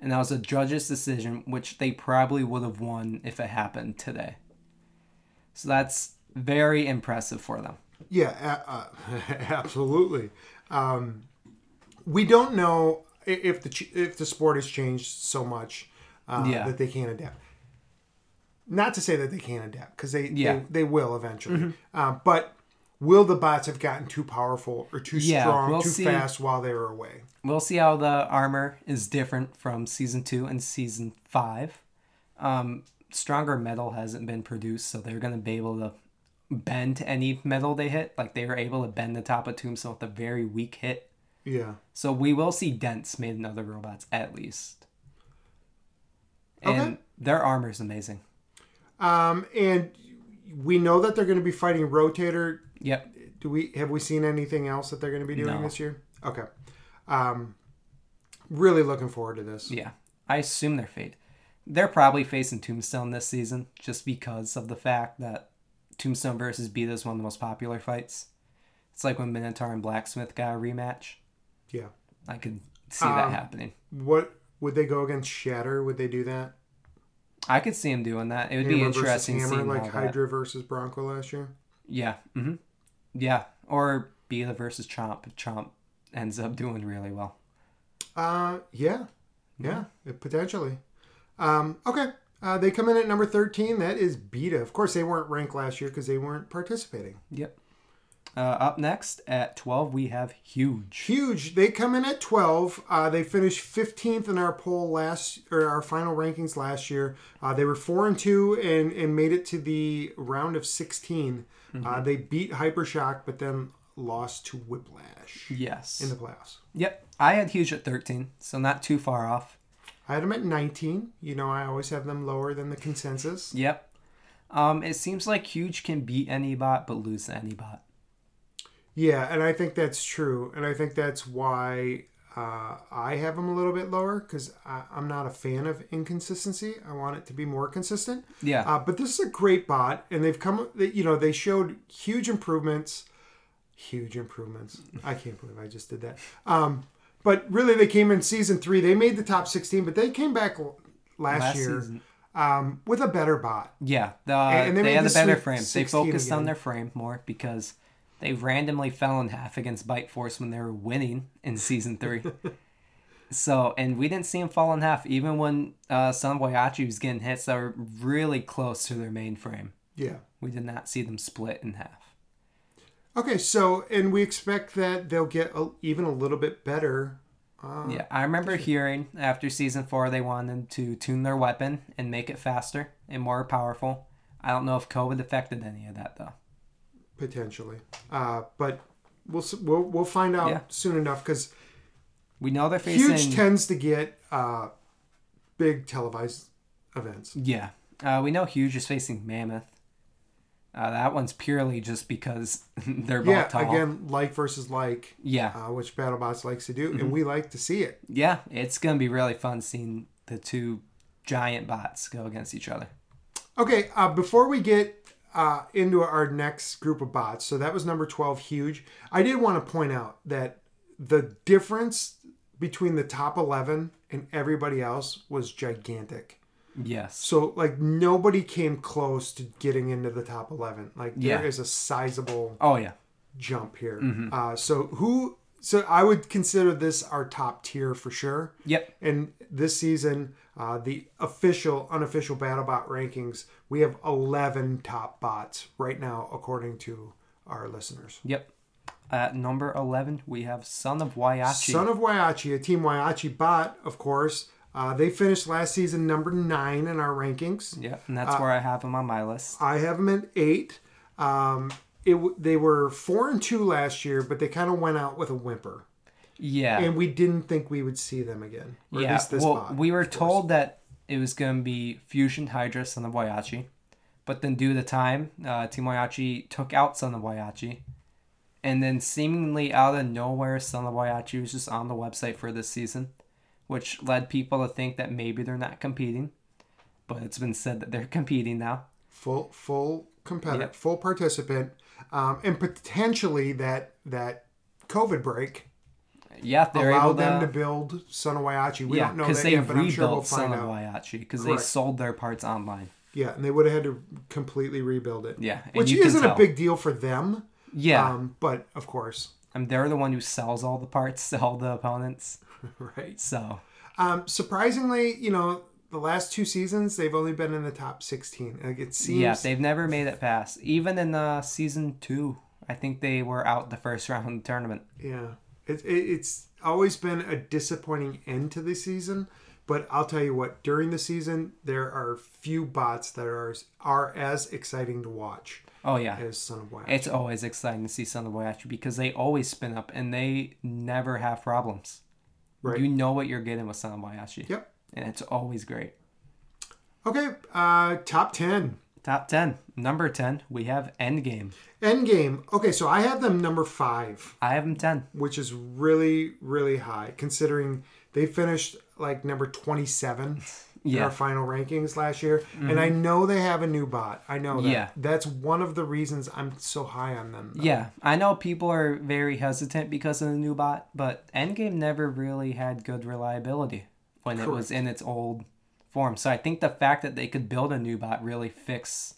and that was a judge's decision, which they probably would have won if it happened today. So that's very impressive for them. Yeah, a- uh, absolutely. Um, we don't know i- if the ch- if the sport has changed so much uh, Yeah. that they can't adapt. Not to say that they can't adapt because they, Yeah. Mm-hmm. they they will eventually, uh, but will the bots have gotten too powerful or too Yeah, strong, we'll too see. fast while they were away? We'll see how the armor is different from season two and season five. Um, stronger metal hasn't been produced, so they're gonna be able to bend any metal they hit. Like they were able to bend the top of Tombstone with a very weak hit. Yeah, So we will see dents made in other robots at least. And Okay. their armor is amazing. um, and we know that they're going to be fighting Rotator. Yep. Do we have we seen anything else that they're going to be doing No. this year? Okay, um, really looking forward to this. Yeah. I assume they're fate. They're probably facing Tombstone this season just because of the fact that Tombstone versus Beta is one of the most popular fights. It's like when Minotaur and Blacksmith got a rematch. Yeah. I could see that Um, happening. What would they go against Shatter? Would they do that? I could see him doing that. It would be versus interesting seeing like all that. Hydra versus Bronco last year. Yeah. hmm Yeah. Or Beta versus Chomp. Chomp ends up doing really well. Uh, yeah, yeah, it- potentially. Um, okay, uh, they come in at number thirteen. That is Beta. Of course, they weren't ranked last year because they weren't participating. Yep. Uh, up next at 12, we have Huge. Huge. They come in at twelve. Uh, they finished fifteenth in our poll last or our final rankings last year. Uh, they were four and two and and made it to the round of 16 Uh, they beat Hypershock, but then lost to Whiplash Yes. in the playoffs. Yep. I had Huge at 13, so not too far off. I had them at 19. You know, I always have them lower than the consensus. Yep. Um, it seems like Huge can beat any bot but lose to any bot. Yeah, and I think that's true. And I think that's why uh, I have them a little bit lower because I'm not a fan of inconsistency. I want it to be more consistent. Yeah. Uh, but this is a great bot, and they've come, they- you know, they showed huge improvements. Huge improvements. I can't believe I just did that. Um, but really, they came in season three. They made the top 16, but they came back l- last, Last year season. um, with a better bot. Yeah. The, and they they made had the a better Sweet frame. They 16 focused on again. their frame more because they randomly fell in half against Bite Force when they were winning in season three. So, and we didn't see him fall in half, even when uh, Son Boyachi was getting hits that were really close to their mainframe. Yeah. We did not see them split in half. Okay, so and we expect that they'll get a, even a little bit better. Uh, yeah, I remember hearing after season four they wanted to tune their weapon and make it faster and more powerful. I don't know if COVID affected any of that though. potentially, uh, but we'll s- we'll we'll find out Yeah. soon enough because We know they're facing huge tends to get uh, big televised events. Yeah. Uh, we know Huge is facing Mammoth. Uh, that one's purely just because they're both Yeah, tall. again, like versus like, Yeah. uh, which BattleBots likes to do, and we like to see it. Yeah. It's going to be really fun seeing the two giant bots go against each other. Okay, uh, before we get uh, into our next group of bots, so that was number 12, huge. I did want to point out that the difference between the top 11 and everybody else was gigantic. Yes. So, like, nobody came close to getting into the top 11. Like, Yeah. there is a sizable Oh, yeah. jump here. Uh, so, who, so I would consider this our top tier for sure. Yep. And this season, uh, the official, unofficial BattleBot rankings, we have 11 top bots right now, according to our listeners. Yep. At number 11, we have Son of Waiachi. Son of Waiachi, a Team Waiachi bot, of course. Uh, they finished last season number nine in our rankings. yep. And Uh, that's where I have him on my list. I have them at eight. Um, it, w- they were four and two last year, but they kind of went out with a whimper. Yeah. And we didn't think we would see them again. Or at yeah. least this well, bot. we were told that it was going to be Fusion Hydra, Son of Waiachi. But then, due to time, uh, Team Waiachi took out Son of Waiachi. And then, seemingly out of nowhere, Son of Waiachi was just on the website for this season, which led people to think that maybe they're not competing. But it's been said that they're competing now. full full competitor, full participant, um, and potentially that that COVID break Yeah, if they're allowed able them to to. build Son of Waiachi. We yeah, don't know that because they yet, but I'm rebuilt sure we'll Son find of out. Waiachi because they Correct. sold their parts online. Yeah, and they would have had to completely rebuild it. Yeah, and which you can isn't a tell. big deal for them. Yeah, Um, but of course, and they're the one who sells all the parts to all the opponents. right? So Um, surprisingly, you know, the last two seasons they've only been in the top 16. Like it seems. Yeah, they've never made it past. Even in uh, season two, I think they were out the first round of the tournament. Yeah, it, it, it's always been a disappointing end to the season. But I'll tell you what, during the season, there are few bots that are as, are as exciting to watch Oh yeah, as Son of Wild. it's always exciting to see Son of Boyachi because they always spin up and they never have problems. Right. You know what you're getting with Son of Boyachi. Yep. And it's always great. Okay, uh, top 10. Top ten, number ten, we have Endgame. Endgame. Okay, so I have them number five, I have them ten. which is really, really high considering they finished like number 27 in Yeah. Mm-hmm. our final rankings last year. And I know they have a new bot. I know that. Yeah. That's one of the reasons I'm so high on them. Yeah, I know people are very hesitant because of the new bot, but Endgame never really had good reliability when it was in its old form. So I think the fact that they could build a new bot really fix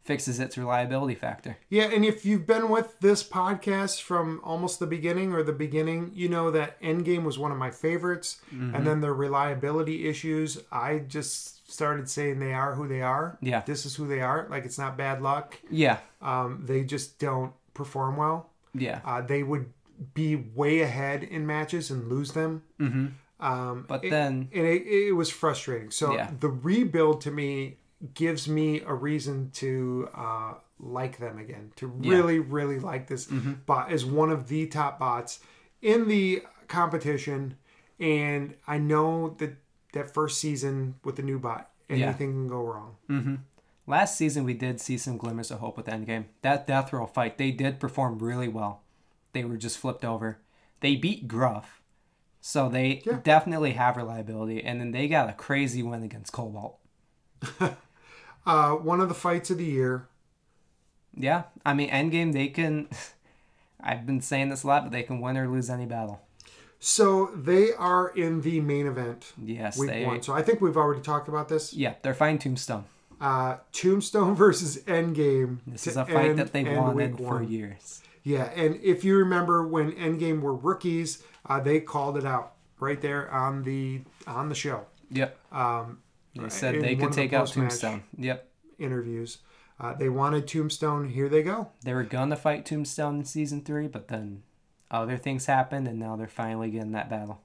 fixes its reliability factor. Yeah, and if you've been with this podcast from almost the beginning or the beginning, you know that Endgame was one of my favorites. Mm-hmm. And then the reliability issues, I just started saying they are who they are. Yeah. This is who they are. Like, it's not bad luck. Yeah, Um, they just don't perform well. yeah, Uh, they would be way ahead in matches and lose them. Um, but it- then and it, it was frustrating. So Yeah. the rebuild to me gives me a reason to uh, like them again, to really, really like this Mm-hmm. bot as one of the top bots in the competition. And I know that that first season with the new bot, Yeah. anything can go wrong. last season we did see some glimmers of hope with Endgame. That death row fight, they did perform really well. They were just flipped over. They beat Gruff, so they definitely have reliability. And then they got a crazy win against Cobalt. Uh, one of the fights of the year. Yeah, I mean, Endgame, they can. I've been saying this a lot, but they can win or lose any battle. So they are in the main event. Yes, Week they. one. So I think we've already talked about this. Yeah, they're fine Tombstone. Uh, Tombstone versus Endgame. This to is a fight end- that they've end wanted week for one. years. Yeah, and if you remember when Endgame were rookies, uh, they called it out. right there on the on the show Yep. um, They said in they one could of the take out post-match Tombstone. Yep. interviews. Uh, they wanted Tombstone. Here they go. They were gonna fight Tombstone in season three, but then other things happened, and now they're finally getting that battle.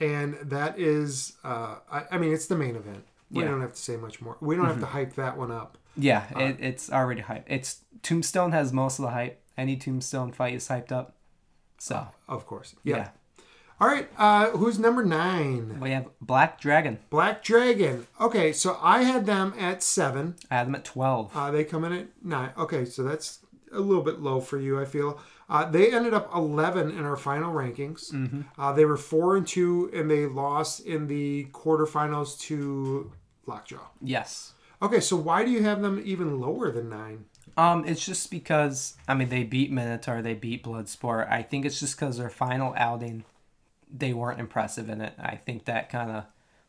And that is, uh, I, I mean, it's the main event. We Yeah. Mm-hmm. don't have to say much more. We don't have to hype that one up. Yeah, Uh, it, it's already hype. It's Tombstone has most of the hype. Any Tombstone fight is hyped up. So Of course. Yeah. yeah, All right. Uh, who's number nine? we have Black Dragon. Black Dragon. Okay. So I had them at seven. I had them at twelve. Uh, they come in at nine. Okay. So that's a little bit low for you, I feel. Uh, they ended up 11 in our final rankings. Uh, they were four and two, and they lost in the quarterfinals to Lockjaw. yes. Okay, so why do you have them even lower than nine? Um, it's just because I mean they beat Minotaur, they beat Bloodsport. I think it's just because their final outing, they weren't impressive in it. I think that kind of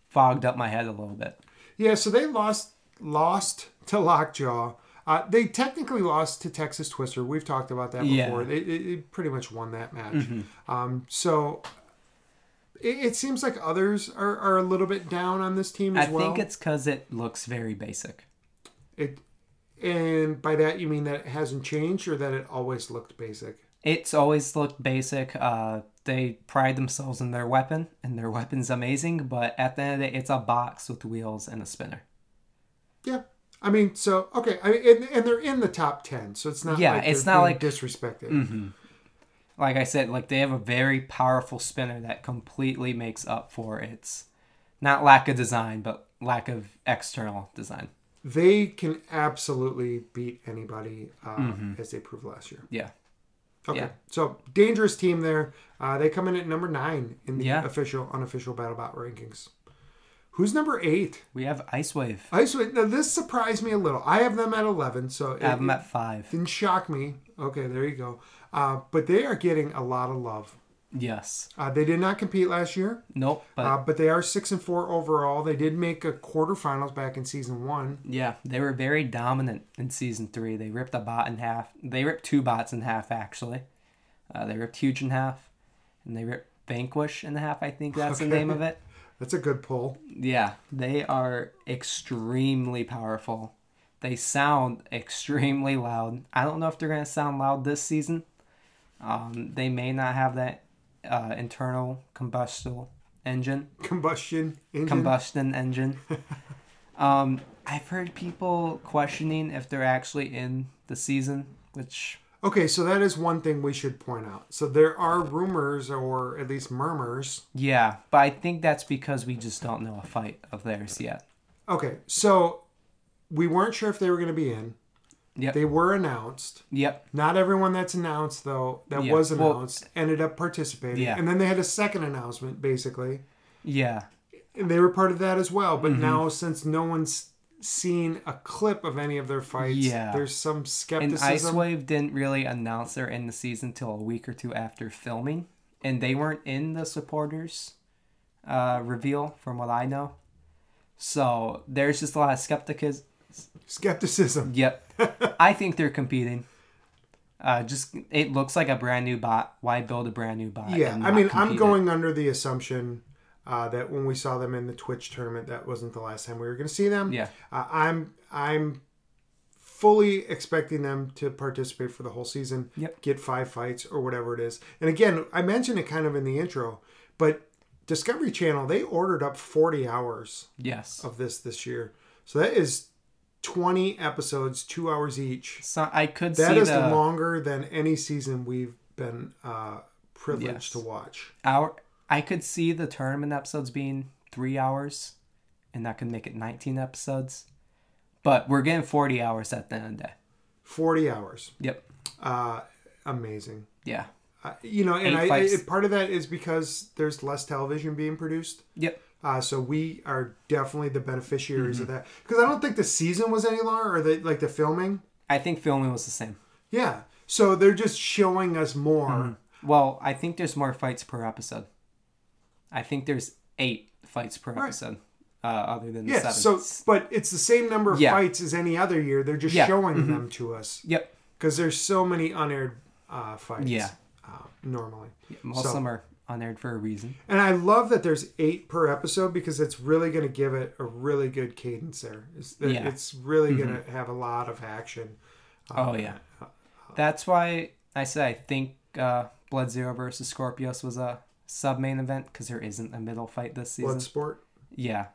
fogged up my head a little bit. Yeah, so they lost lost to Lockjaw. Uh, they technically lost to Texas Twister. We've talked about that Yeah. Mm-hmm. before. They, it, it pretty much won that match. Um, so it, it seems like others are, are a little bit down on this team I as well. think it's because it looks very basic. it. And by that you mean that it hasn't changed, or that it always looked basic. It's always looked basic. Uh, they pride themselves in their weapon, and their weapon's amazing. But at the end of the day, it's a box with wheels and a spinner. Yeah, I mean, so okay, I mean, and, and they're in the top ten, so it's not Yeah, like it's they're not being like- Mm-hmm. disrespected. Like I said, like they have a very powerful spinner that completely makes up for its not lack of design, but lack of external design. they can absolutely beat anybody uh, as they proved last year. Yeah. Okay, Mm-hmm. Yeah. so dangerous team there. Uh, they come in at number nine in the Yeah. official unofficial BattleBot rankings. Who's number eight? We have Ice Wave. I swear, now this surprised me a little. I have them at eleven, so it, I have them it at five. didn't shock me. Okay, there you go. Uh, but they are getting a lot of love. Yes. Uh, they did not compete last year, Nope. But uh, but they are six and four overall. They did make a quarterfinals back in season one. yeah, they were very dominant in season three. They ripped a bot in half. They ripped two bots in half, actually. Uh, they ripped Huge in half, and they ripped Vanquish in half. I think that's the name of it. That's a good pull. Yeah, they are extremely powerful. They sound extremely loud. I don't know if they're gonna sound loud this season. Um, they may not have that uh, internal combustible engine. Combustion engine. combustion engine. um, I've heard people questioning if they're actually in the season, which Okay, so that is one thing we should point out. So there are rumors, or at least murmurs. yeah, but I think that's because we just don't know a fight of theirs yet. Okay, so we weren't sure if they were going to be in. Yep. They were announced. Yep. Not everyone that's announced, though, that Yeah, was well- announced, ended up participating. Yeah. And then they had a second announcement, basically. Yeah. And they were part of that as well. Mm-hmm. But now, since no one's seen a clip of any of their fights, Yeah. there's some And Ice skepticism. Wave didn't really announce they're in the season till a week or two after filming, and they weren't in the supporters uh, reveal, from what I know. So there's just a lot of skepticism. skepticism. Yep. I think they're competing. Uh, just it looks like a brand new bot. Why build a brand new bot? Yeah, and I not mean, compete I'm it? going under the assumption uh, that when we saw them in the Twitch tournament, that wasn't the last time we were going to see them. Yeah. uh, I'm I'm fully expecting them to participate for the whole season. Yep. get five fights or whatever it is. And again, I mentioned it kind of in the intro, but Discovery Channel they ordered up 40 hours Yes. of this this year, so that is 20 episodes, two hours each. So I could That see is the longer than any season we've been uh, privileged Yes. to watch. hour. I could see the tournament episodes being three hours, and that could make it 19 episodes. But we're getting 40 hours at the end of the day. 40 hours. Yep. Uh, amazing. Yeah. Uh, you know, Eight and I, fights. I- part of that is because there's less television being produced. Yep. Uh, so we are definitely the beneficiaries Mm-hmm. of that because I don't think the season was any longer or the like the filming. I think filming was the same. Yeah, so they're just showing us more. Mm-hmm. Well, I think there's more fights per episode. I think there's eight fights per episode, uh, other than the Yeah, seven. so but it's the same number of Yeah. fights as any other year. They're just Yeah, Mm-hmm. showing them to us yep. because there's so many unaired uh, fights. Yeah. uh, normally. Most So- of them are on there for a reason. And I love that there's eight per episode because it's really going to give it a really good cadence there. It's, that Yeah. Mm-hmm. it's really going to have a lot of action. Oh yeah, that's why I said I think uh, Blood Zero versus Scorpius was a sub main event because there isn't a middle fight this season. Bloodsport. Yeah,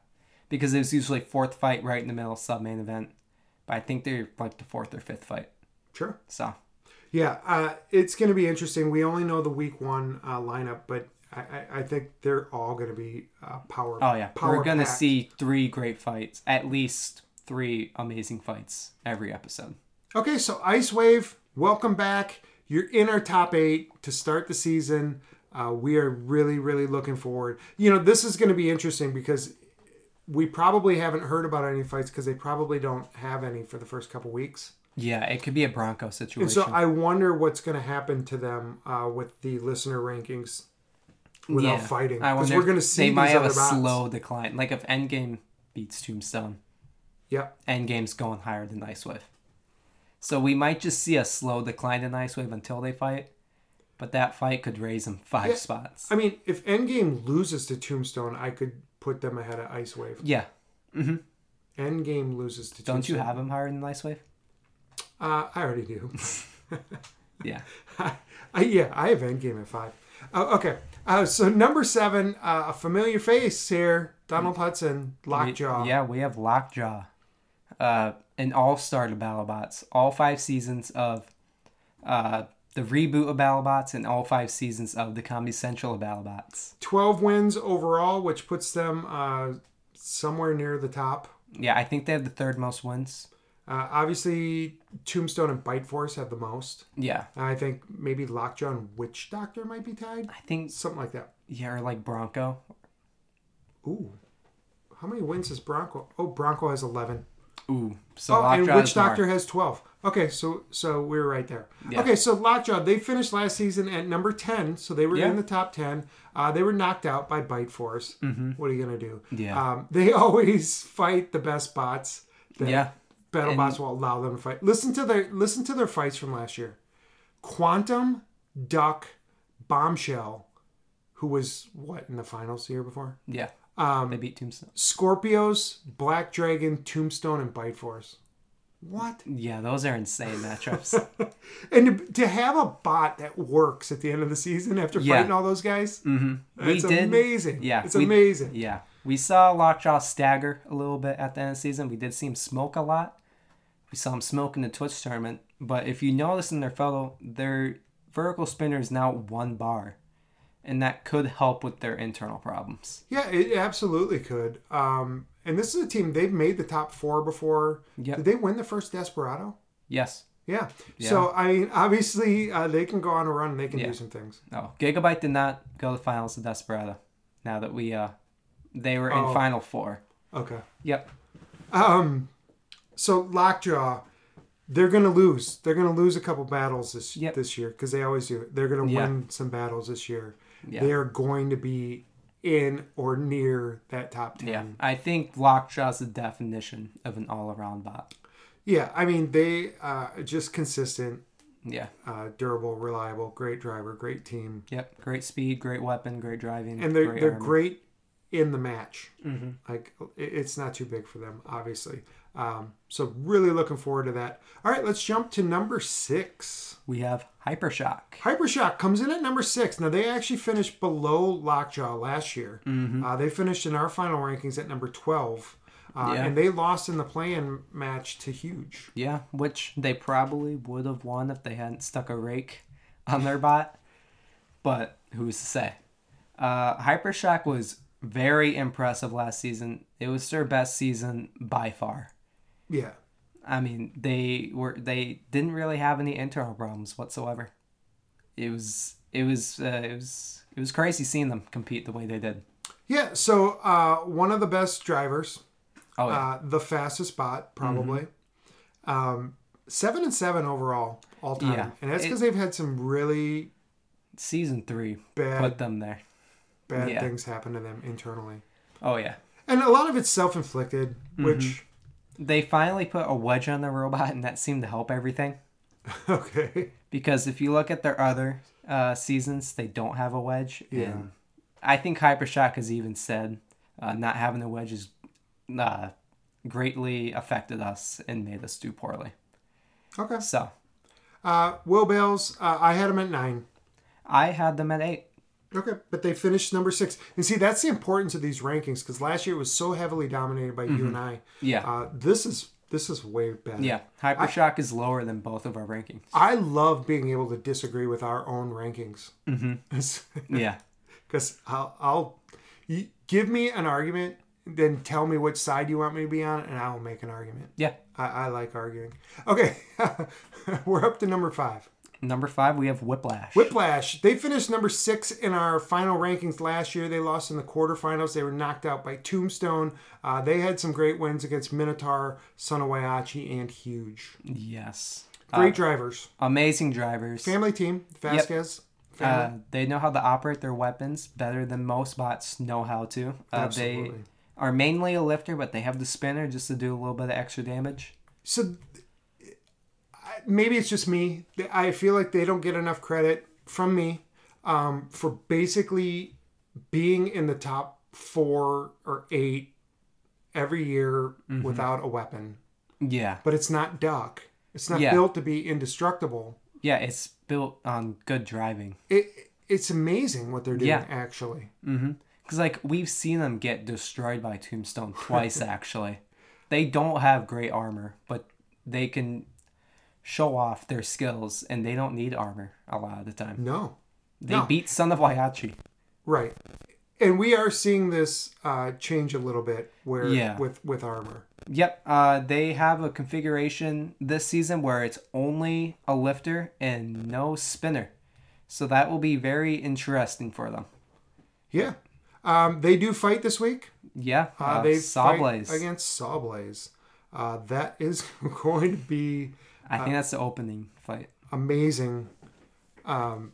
because it was usually fourth fight right in the middle sub main event, but I think they're like the fourth or fifth fight. Sure. So Yeah, uh, it's going to be interesting. We only know the week one uh, lineup, but I, I, I think they're all going to be uh, power. oh yeah, power we're gonna packed. see three great fights, at least three amazing fights every episode. Okay, so Ice Wave, welcome back. You're in our top eight to start the season. Uh, we are really, really looking forward. You know, this is going to be interesting because we probably haven't heard about any fights because they probably don't have any for the first couple weeks. Yeah, it could be a Bronco situation. So I wonder what's going to happen to them uh, with the listener rankings without Yeah. fighting I because wonder we're going to if see they might these have other a bots. slow decline. Like if Endgame beats Tombstone, Yep. Endgame's going higher than Ice Wave. So we might just see a slow decline in Ice Wave until they fight, but that fight could raise them five spots. I mean, if Endgame loses to Tombstone, I could put them ahead of Ice Wave. yeah, Endgame loses to don't Tombstone. you have them higher than Ice Wave? Uh, I already do. Yeah, I, yeah, I have Endgame at five. Uh, okay, uh, so number seven, uh, a familiar face here, Donald Hudson, Lockjaw. We, yeah, we have Lockjaw, uh, an all-star to BattleBots. All five seasons of uh, the reboot of BattleBots and all five seasons of the Comedy Central of BattleBots. Twelve wins overall, which puts them uh, somewhere near the top. Yeah, I think they have the third most wins. Uh, obviously, Tombstone and Bite Force have the most. Yeah, I think maybe Lockjaw and Witch Doctor might be tied, I think something like that. yeah, or like Bronco. Ooh, how many wins has Bronco? Oh, Bronco has eleven. Ooh, so Oh, and Lockjaw Witch is more. Doctor has twelve. Okay, so so we're right there. Yeah. Okay, so Lockjaw they finished last season at number ten, so they were Yeah. in the top ten. Uh, they were knocked out by Bite Force. What are you gonna do? Mm-hmm. Yeah. um, they always fight the best bots. That Yeah, battle bots will allow them to fight. Listen to their listen to their fights from last year. Quantum, Duck, Bombshell, who was what in the finals the year before? yeah. Um, they beat Tombstone. Scorpios, Black Dragon, Tombstone, and Bite Force. What? Yeah, those are insane matchups. And to, to have a bot that works at the end of the season after Yeah. Mm-hmm. fighting all those guys, it's did- amazing. yeah, it's we- amazing. yeah, we saw Lockjaw stagger a little bit at the end of the season. We did see him smoke a lot. We saw him smoke in the Twitch tournament. But if you notice in their photo, their vertical spinner is now one bar, and that could help with their internal problems. Yeah, it absolutely could. Um, and this is a team they've made the top four before. Yep. Did they win the first Desperado? Yes. Yeah. So I mean, obviously uh, they can go on a run. and They can do some things. Oh, Gigabyte did not go to the finals of Desperado. Now that we uh, they were in Oh. final four. Okay. Yep. Um, so Lockjaw, they're gonna lose. They're gonna lose a couple battles this Yep. this year because they always do. They're gonna Yeah. win some battles this year. Yeah. They are going to be in or near that top ten. Yeah, I think Lockjaw's the definition of an all-around bot. Yeah, I mean they uh, are just consistent, Yeah. uh, durable, reliable, great driver, great team, Yep. Great speed, great weapon, great driving, and they're great Mm-hmm. they're armor. great in the match. Like it- it's not too big for them, obviously. Um, so really looking forward to that. All right, let's jump to number six. We have Hypershock. Hypershock comes in at number six. Now they actually finished below Lockjaw last year. Mm-hmm. Uh, they finished in our final rankings at number twelve, uh, Yeah. and they lost in the play-in match to Huge. Yeah, which they probably would have won if they hadn't stuck a rake on their bot. But who's to say? Uh, Hypershock was very impressive last season. It was their best season by far. Yeah, I mean, they were they didn't really have any internal problems whatsoever. It was it was uh, it was it was crazy seeing them compete the way they did. yeah. So uh, one of the best drivers, Oh yeah, uh, the fastest bot probably. Um, seven and seven overall all time, Mm-hmm. Yeah. and that's It- because they've had some really season three bad put them there. bad yeah. things happen to them internally, Oh yeah, and a lot of it's Mm-hmm. self-inflicted, which. they finally put a wedge on the robot, and that seemed to help everything. Okay. because if you look at their other uh, seasons, they don't have a wedge. Yeah. And I think Hypershock has even said uh, not having a wedge has uh, greatly affected us and made us do poorly. Okay. So Uh, Will Bales, uh, I had him at nine. I had them at eight. Okay, but they finished number six. And see, that's the importance of these rankings because last year it was so heavily dominated by you and I. Yeah. Uh, this is this is way better. yeah. Hypershock is lower than both of our rankings. I love being able to disagree with our own rankings. Mm-hmm. Yeah. because I'll, I'll you give me an argument then tell me which side you want me to be on and i'll make an argument Yeah. i, I like arguing okay we're up to number five Number five, we have Whiplash. whiplash they finished number six in our final rankings last year they lost in the quarterfinals they were knocked out by tombstone uh, they had some great wins against minotaur sonowayachi and huge yes. great drivers Amazing drivers. family team vasquez family. Uh, they know how to operate their weapons better than most bots know how to. Uh, they Absolutely. are mainly a lifter, but they have the spinner just to do a little bit of extra damage. so th- I- maybe it's just me i feel like they don't get enough credit from me um, for basically being in the top four or eight every year Mm-hmm. without a weapon Yeah, but it's not duck it's not Yeah. built to be indestructible yeah, it's built on good driving. it, it's amazing what they're doing Yeah. actually Cause like we've seen them get destroyed by Tombstone twice actually. They don't have great armor, but they can show off their skills, and they don't need armor a lot of the time. no They No. beat Son of Waiachi. right and we are seeing this uh, change a little bit where Yeah. with with armor Yep, uh, they have a configuration this season where it's only a lifter and no spinner. So that will be very interesting for them. yeah um, they do fight this week Yeah, uh, Uh, they Saw fight Blaze. against Sawblaze. Uh, that is going to be I think that's the opening fight. amazing. Um,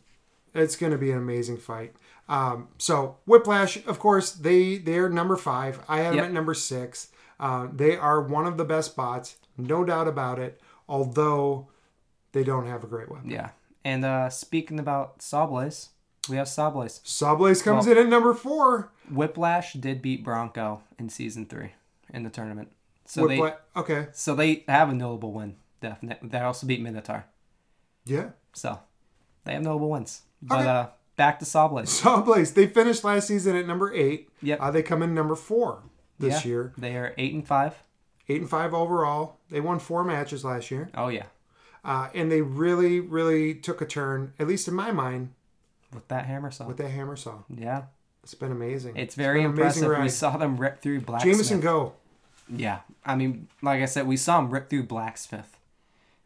it's going to be an amazing fight. Um, so Whiplash, of course, they they're number five. I have Yep. them at number six. Uh, they are one of the best bots, no doubt about it. Although they don't have a great weapon. Yeah. And uh, speaking about Saw Blaze, we have Saw Blaze. Sawblaze comes in at number four. Whiplash did beat Bronco in season three in the tournament. So they Whipla- okay, so they have a notable win. Definitely, they also beat Minotaur. yeah. So they have notable wins. But uh, back to Saw Blaze. Sawblaze. They finished last season at number eight. Yep. Uh, they come in number four this Yeah, year. They are eight and five. eight and five overall. They won four matches last year, Oh yeah, uh, and they really, really took a turn. At least in my mind, with that hammer saw. with that hammer saw. yeah, It's been amazing. it's very been an amazing impressive. We ride. saw them rip through blacksmith. Jameson, go. Yeah, I mean, like I said, we saw him rip through blacksmith.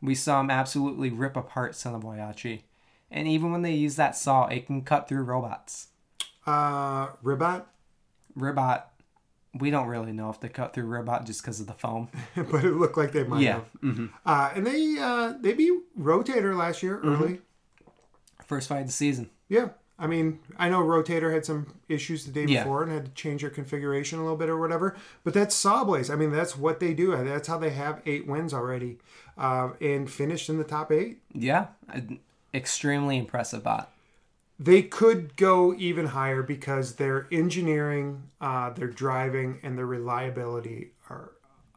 We saw him absolutely rip apart Son of Boyachi. and even when they use that saw, it can cut through robots. Uh, Ribot, Robot. We don't really know if they cut through robot just because of the foam. but it looked like they might Yeah, have. Uh, and they uh, they beat Rotator last year Mm-hmm. early. first fight of the season. Yeah. I mean, I know Rotator had some issues the day Yeah. before and had to change their configuration a little bit or whatever, but that's Sawblaze. I mean, that's what they do. That's how they have eight wins already uh, and finished in the top eight. Yeah, an extremely impressive bot. they could go even higher because their engineering, uh, their driving, and their reliability are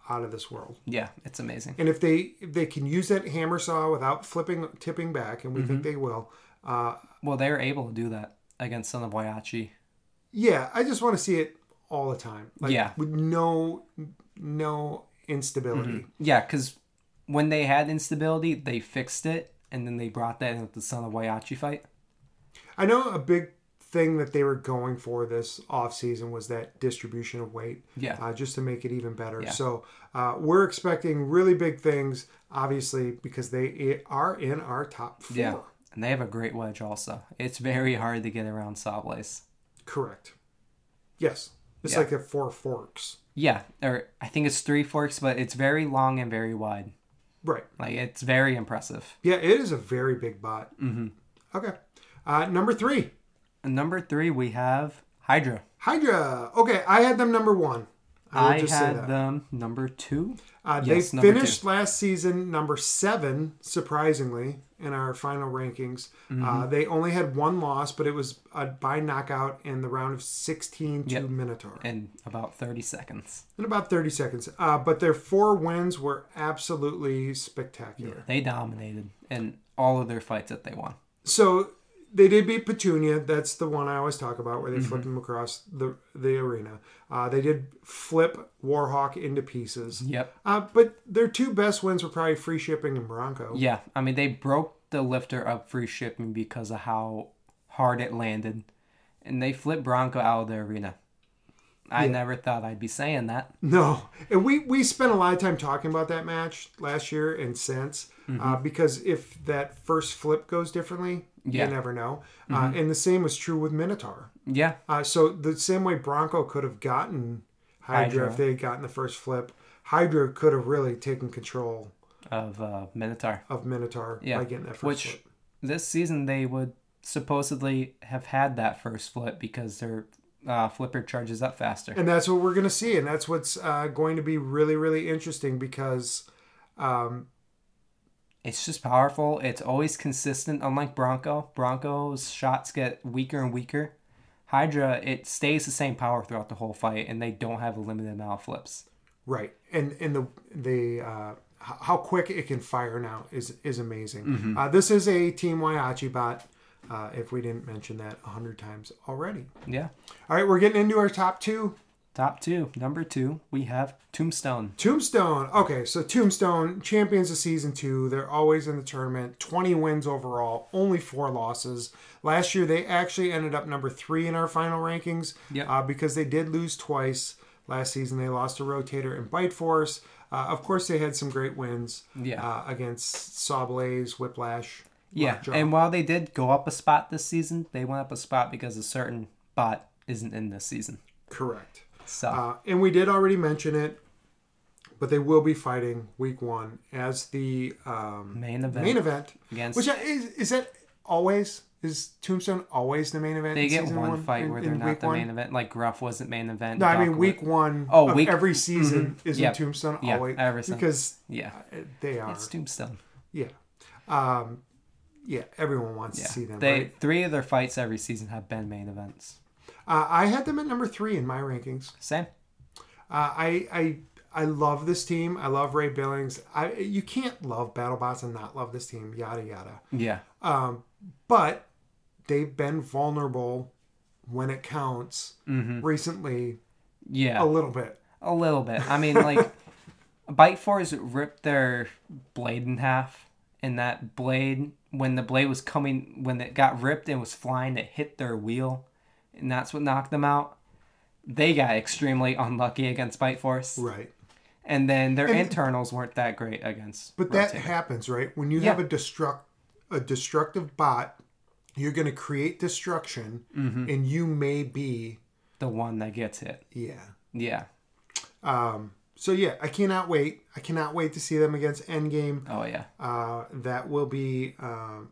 out of this world. Yeah, it's amazing. And if they if they can use that hammer saw without flipping tipping back, and we think they will, uh, Well, they were able to do that against Son of Boyachi. yeah, I just want to see it all the time. Like, Yeah. with no no instability. Yeah, because when they had instability, they fixed it, and then they brought that in with the Son of Waiachi fight. I know a big thing that they were going for this offseason was that distribution of weight. Yeah. Uh, just to make it even better. Yeah. So uh, we're expecting really big things, obviously, because they i- are in our top four. Yeah, and they have a great wedge also. It's very hard to get around Sawblaze. Correct. Yes. It's Yeah. like the four forks. Yeah, or I think it's three forks, but it's very long and very wide. Right. Like it's very impressive. Yeah, it is a very big bot. Mm-hmm. Okay. Uh, number three, And number three, we have Hydra. Hydra. Okay, I had them number one. I will I just say that. had them number two. Uh, Yes, they number two. finished last season number seven, surprisingly, in our final rankings. Mm-hmm. Uh, they only had one loss, but it was uh, by knockout in the round of 16 to Yep. Minotaur in about 30 seconds. in about 30 seconds. Uh, but their four wins were absolutely spectacular. They dominated in all of their fights that they won. So they did beat Petunia. That's the one I always talk about, where they Mm-hmm. flipped him across the the arena. Uh, they did flip Warhawk into pieces. Yep. Uh, but their two best wins were probably free shipping and Bronco. Yeah. I mean, they broke the lifter up free shipping because of how hard it landed. And they flipped Bronco out of the arena. I never thought I'd be saying that. No, and we we spent a lot of time talking about that match last year and since uh, Mm-hmm. because if that first flip goes differently, Yeah. Mm-hmm. you never know. Uh, and the same was true with Minotaur. Yeah. Uh, so the same way Bronco could have gotten Hydra, Hydra. if they had gotten the first flip, Hydra could have really taken control Of uh, Minotaur. of Minotaur Yeah. by getting that first Which flip. this season they would supposedly have had that first flip because their uh, flipper charges up faster. And that's what we're going to see. And that's what's uh, going to be really, really interesting because um, It's just powerful. It's always consistent, unlike Bronco. Bronco's shots get weaker and weaker. Hydra, it stays the same power throughout the whole fight, and they don't have a limited amount of flips. Right, and and the the uh, h- how quick it can fire now is is amazing. Uh, this is a Team Waiachi bot. Uh, if we didn't mention that a hundred times already. Yeah. All right, we're getting into our top two. Top two. Number two, we have Tombstone. Tombstone. Okay, so Tombstone champions of season two. They're always in the tournament. Twenty wins overall, only four losses. Last year they actually ended up number three in our final rankings. Yep. Uh, because they did lose twice last season. They lost to Rotator and Bite Force. Uh, of course, they had some great wins. Yeah. Uh, against Saw Blaze, Whiplash. Yeah. Lockjaw. And while they did go up a spot this season, they went up a spot because a certain bot isn't in this season. correct. So, Uh, and we did already mention it, but they will be fighting week one as the um, main event. main event. Against- Which I- is, is that always? Is Tombstone always the main event? they in get season one, fight in- where in they're week not the one? main event. Like Gruff wasn't main event. No, I Doc mean wa- week one Oh, of week- Mm-hmm. every season is in Yep. Tombstone Yeah, always ever since. because Yeah. uh, they are It's Tombstone. Yeah. Um, yeah, everyone wants Yeah. to see them. they right? three of their fights every season have been main events. Uh, I had them at number three in my rankings. Same. Uh, I, I, I love this team. I love Ray Billings. I, you can't love BattleBots and not love this team. Yada yada. Yeah. But they've been vulnerable when it counts Mm-hmm. recently a Yeah. little bit. A little bit. I mean, like, Bite Force ripped their blade in half, and that blade, when the blade was coming, when it got ripped and was flying, it hit their wheel, and that's what knocked them out. They got extremely unlucky against Bite Force, Right. and then their internals weren't that great against. But that happens, right? When you Yeah. have a destruct a destructive bot, you're going to create destruction, Mm-hmm. and you may be the one that gets hit. yeah. Yeah. So yeah, I cannot wait. I cannot wait to see them against Endgame. Oh yeah. Uh, that will be, um,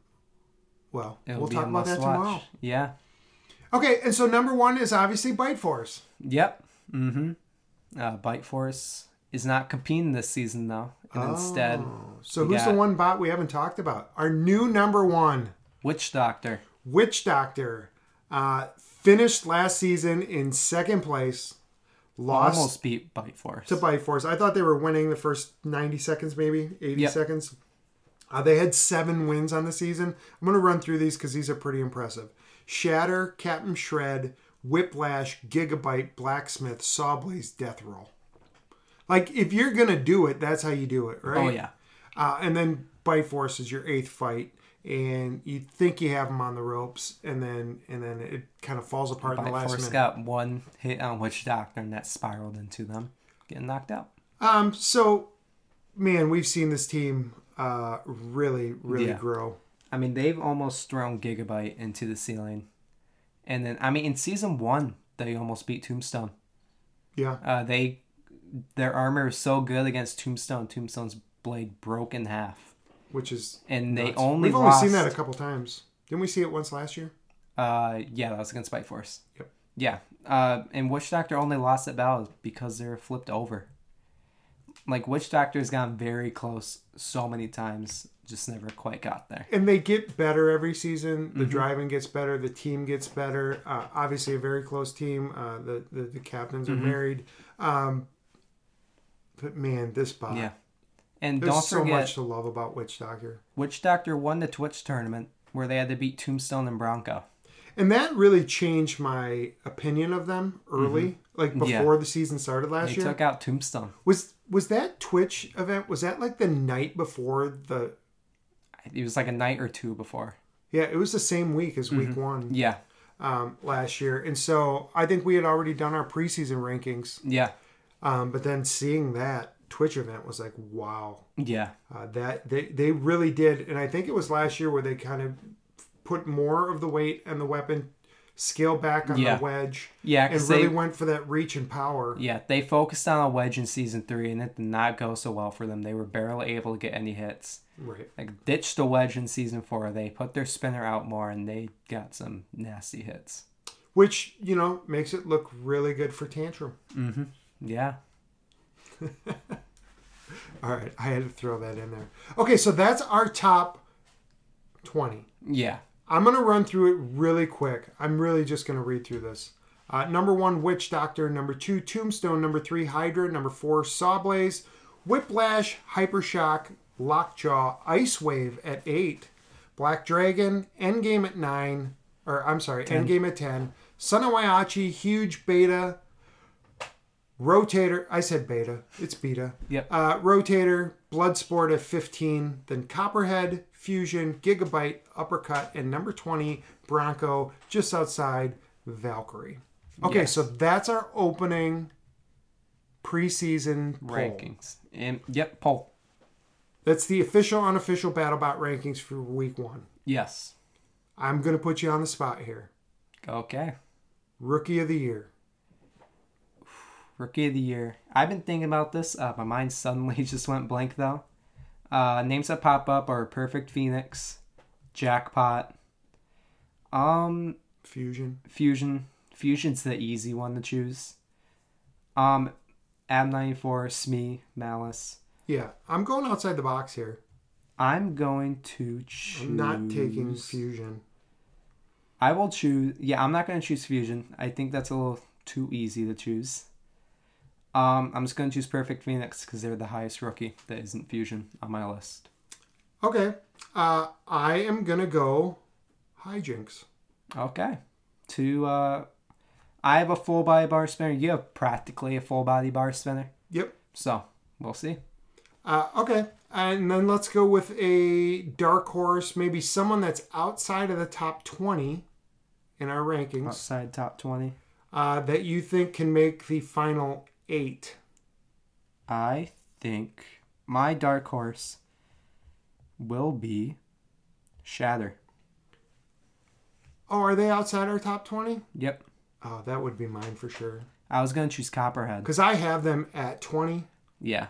well, It'll we'll be talk a about that must-watch. tomorrow. Yeah. Okay, and so number one is obviously Bite Force. Yep. Mm-hmm. Uh, Bite Force is not competing this season though, and instead So We who's got- the one bot we haven't talked about? Our new number one, Witch Doctor. Witch Doctor, uh, finished last season in second place, lost Almost beat Bite Force. to Bite Force. I thought they were winning the first ninety seconds, maybe eighty Yep. seconds. Uh, they had seven wins on the season. I'm going to run through these because these are pretty impressive. Shatter, Captain Shred, Whiplash, Gigabyte, Blacksmith, Sawblaze, Death Roll. Like, if you're going to do it, that's how you do it, right? oh yeah. Uh, and then Bite Force is your eighth fight, and you think you have him on the ropes, and then and then it kind of falls apart in the Bite last Force minute. got one hit on Witch Doctor and that spiraled into them getting knocked out. Um, so, man, we've seen this team uh, really, really Yeah. grow. I mean, they've almost thrown Gigabyte into the ceiling. And then I mean in season 1, they almost beat Tombstone. Yeah, Uh they their armor is so good against Tombstone. Tombstone's blade broke in half. which is And they nuts. only we've only lost seen that a couple times. Didn't we see it once last year? Uh, yeah, that was against Spike Force. Yep. Yeah. Uh, and Witch Doctor only lost at Battle because they were flipped over. Like, Witch Doctor's gone very close so many times, just never quite got there. And they get better every season. Mm-hmm. The driving gets better. The team gets better. Uh, obviously, a very close team. Uh, the, the the captains Mm-hmm. are married. Um, but man, this bot. Yeah. And There's don't so forget, much to love about Witch Doctor. Witch Doctor won the Twitch tournament where they had to beat Tombstone and Bronco. And that really changed my opinion of them early, like Mm-hmm. Yeah. before the season started last They year. took out Tombstone. was was that Twitch event? Was that like the night before the? It was like a night or two before. Yeah, it was the same week as Mm-hmm. Week One Yeah. um, last year, and so I think we had already done our preseason rankings. Yeah. Um, but then seeing that Twitch event was like, wow, Yeah. uh, that they they really did, and I think it was last year where they kind of put more of the weight and the weapon, scale back on Yeah. the wedge, Yeah. and 'cause really they, went for that reach and power. Yeah, they focused on a wedge in season three, and it did not go so well for them. They were barely able to get any hits. Right. Like ditched the wedge in season four. They put their spinner out more, and they got some nasty hits. Which, you know, makes it look really good for Tantrum. Yeah, All right, I had to throw that in there. Okay, so that's our top 20. yeah, I'm going to run through it really quick. I'm really just going to read through this. Uh, number one, Witch Doctor. Number two, Tombstone. Number three, Hydra. Number four, Sawblaze. Whiplash, Hypershock, Lockjaw, Ice Wave at eight. Black Dragon, Endgame at nine. Or, I'm sorry, Endgame at 10. Sunawayachi, Huge Beta. Rotator, I said beta, it's beta. Yep. Uh, rotator, Bloodsport at 15, then Copperhead, Fusion, Gigabyte, Uppercut, and number 20, Bronco, just outside Valkyrie. Okay, Yes. so that's our opening preseason poll. rankings and yep, poll. That's the official, unofficial BattleBot rankings for week one. Yes, I'm going to put you on the spot here. okay. Rookie of the year. Rookie of the year. I've been thinking about this. Uh, my mind suddenly just went blank though. Uh, names that pop up are Perfect Phoenix, Jackpot, um, Fusion. Fusion. Fusion's the easy one to choose. Um, Ab94, Smee, Malice. Yeah, I'm going outside the box here. I'm going to choose. I'm not taking Fusion. I will choose. Yeah, I'm not going to choose Fusion. I think that's a little too easy to choose. Um, I'm just going to choose Perfect Phoenix because they're the highest rookie that isn't Fusion on my list. Okay. Uh, I am gonna go hijinks. Okay. To uh, I have a full body bar spinner. You have practically a full body bar spinner. Yep. So we'll see. Uh, okay. And then let's go with a dark horse, maybe someone that's outside of the top twenty in our rankings Outside top twenty. uh, that you think can make the final eight. I think my dark horse will be Shatter. Oh, are they outside our top twenty? Yep. Oh, that would be mine for sure. I was going to choose Copperhead. Cause I have them at twenty. Yeah.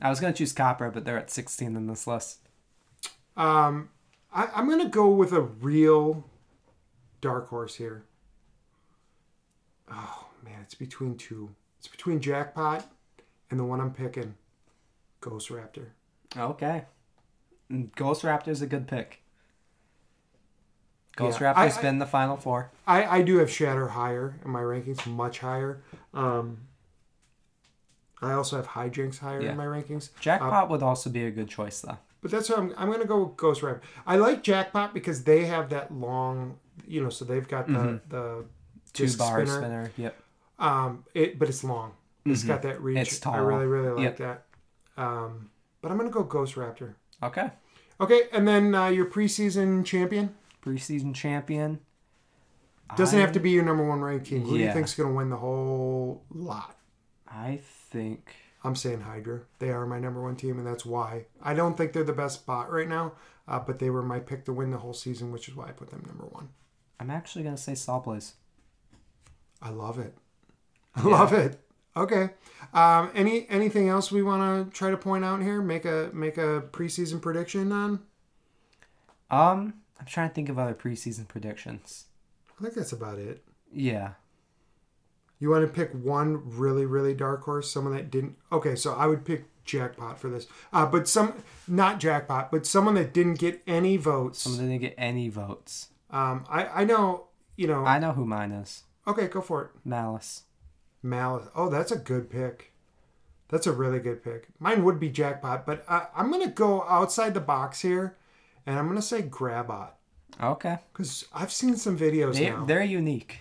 I was going to choose Copper, but they're at 16 in this list. Um, I, I'm gonna go with a real dark horse here. Oh man, it's between two. It's between Jackpot and the one I'm picking, Ghost Raptor. Okay. And Ghost Raptor's a good pick. Ghost Yeah, I- Raptor's I- been the final four. I, I do have Shatter higher in my rankings, much higher. Um, I also have Hijinks higher Yeah. in my rankings. Uh, Jackpot would also be a good choice, though. But that's what I'm. I'm gonna go with Ghost Raptor. I like Jackpot because they have that long, you know, so they've got the the Mm-hmm. Two disc bar spinner. Yep. Um, it but it's long. It's got that reach. Mm-hmm. It's I tall. really really like Yep. that. Um, but I'm gonna go Ghost Raptor. Okay. Okay, and then uh, your preseason champion Preseason champion. doesn't I- have to be your number one ranked team. Who do you Yeah. think's gonna win the whole lot? I think. I'm saying Hydra. They are my number one team, and that's why I don't think they're the best spot right now. Uh, but they were my pick to win the whole season, which is why I put them number one. I'm actually going to say Sawblaze. I love it. I love it. Okay. Um, any anything else we want to try to point out here? Make a make a preseason prediction on. Um, I'm trying to think of other preseason predictions. I think that's about it. Yeah. You want to pick one really, really dark horse, someone that didn't. Okay, so I would pick Jackpot for this, uh, but some not Jackpot, but someone that didn't get any votes. Someone didn't get any votes. Um, I I know you know. I know who mine is. okay, go for it. Malice. Malice. Oh, that's a good pick. That's a really good pick. Mine would be Jackpot, but I, I'm gonna go outside the box here, and I'm gonna say Grabot Okay. because I've seen some videos They, now. they're unique.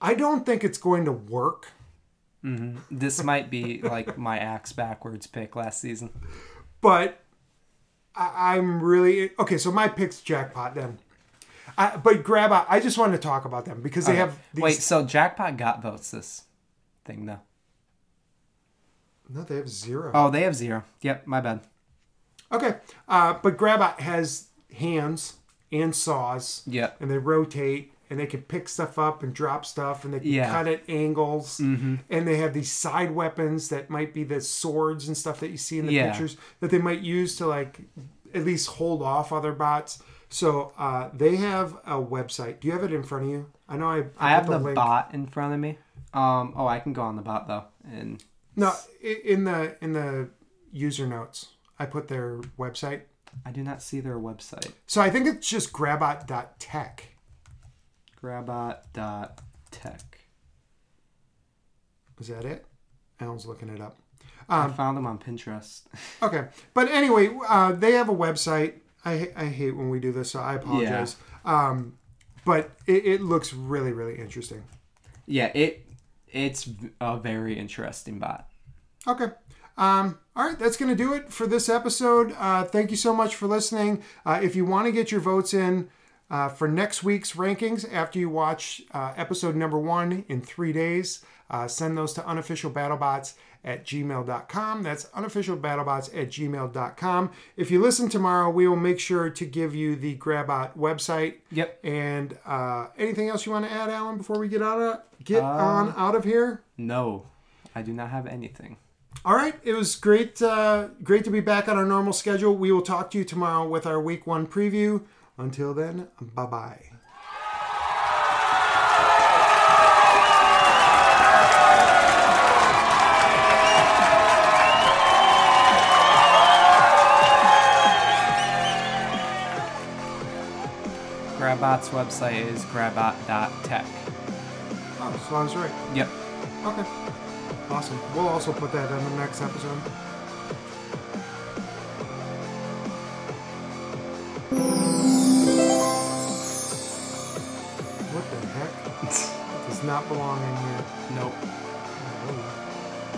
I don't think it's going to work, hmm This might be like my axe backwards pick last season. but I, I'm really okay. So my pick's Jackpot then. I, but Grabot, I just wanted to talk about them because they have these, Wait, so Jackpot got votes this thing though. no, they have zero. Oh, they have zero. Yep, my bad. Okay, uh, but Grabot has hands and saws. Yeah. and they rotate and they can pick stuff up and drop stuff and they can Yeah. Mm-hmm. cut at angles and they have these side weapons that might be the swords and stuff that you see in the Yeah. pictures that they might use to like at least hold off other bots so uh, they have a website do you have it in front of you i know i, I have the link. bot in front of me. Um. Oh, I can go on the bot though. And no i- in the in the user notes i put their website I do not see their website. so i think it's just grabot.tech Grabot.tech. is that it alan's looking it up I found them on Pinterest. Okay, but anyway, uh, they have a website. I I hate when we do this, so I apologize. Um, but it, it looks really really interesting. yeah, it it's v- a very interesting bot. Okay. Um, all right, that's going to do it for this episode. Uh, thank you so much for listening. Uh, if you want to get your votes in uh, for next week's rankings after you watch uh, episode number one in three days, uh, send those to unofficialbattlebots at gmail.com. That's unofficialbattlebots at gmail.com. If you listen tomorrow, we will make sure to give you the Grabot website. Yep. And uh, anything else you want to add, Alan, before we get out of get on out of here? No, I do not have anything. All right, it was great. Uh, great to be back on our normal schedule. We will talk to you tomorrow with our week one preview. Until then, bye bye. Grabot's website is grabot.tech. Oh, so I was right. Yep. Okay, awesome. We'll also put that in the next episode. What the heck? It does not belong in here. Oh, nope.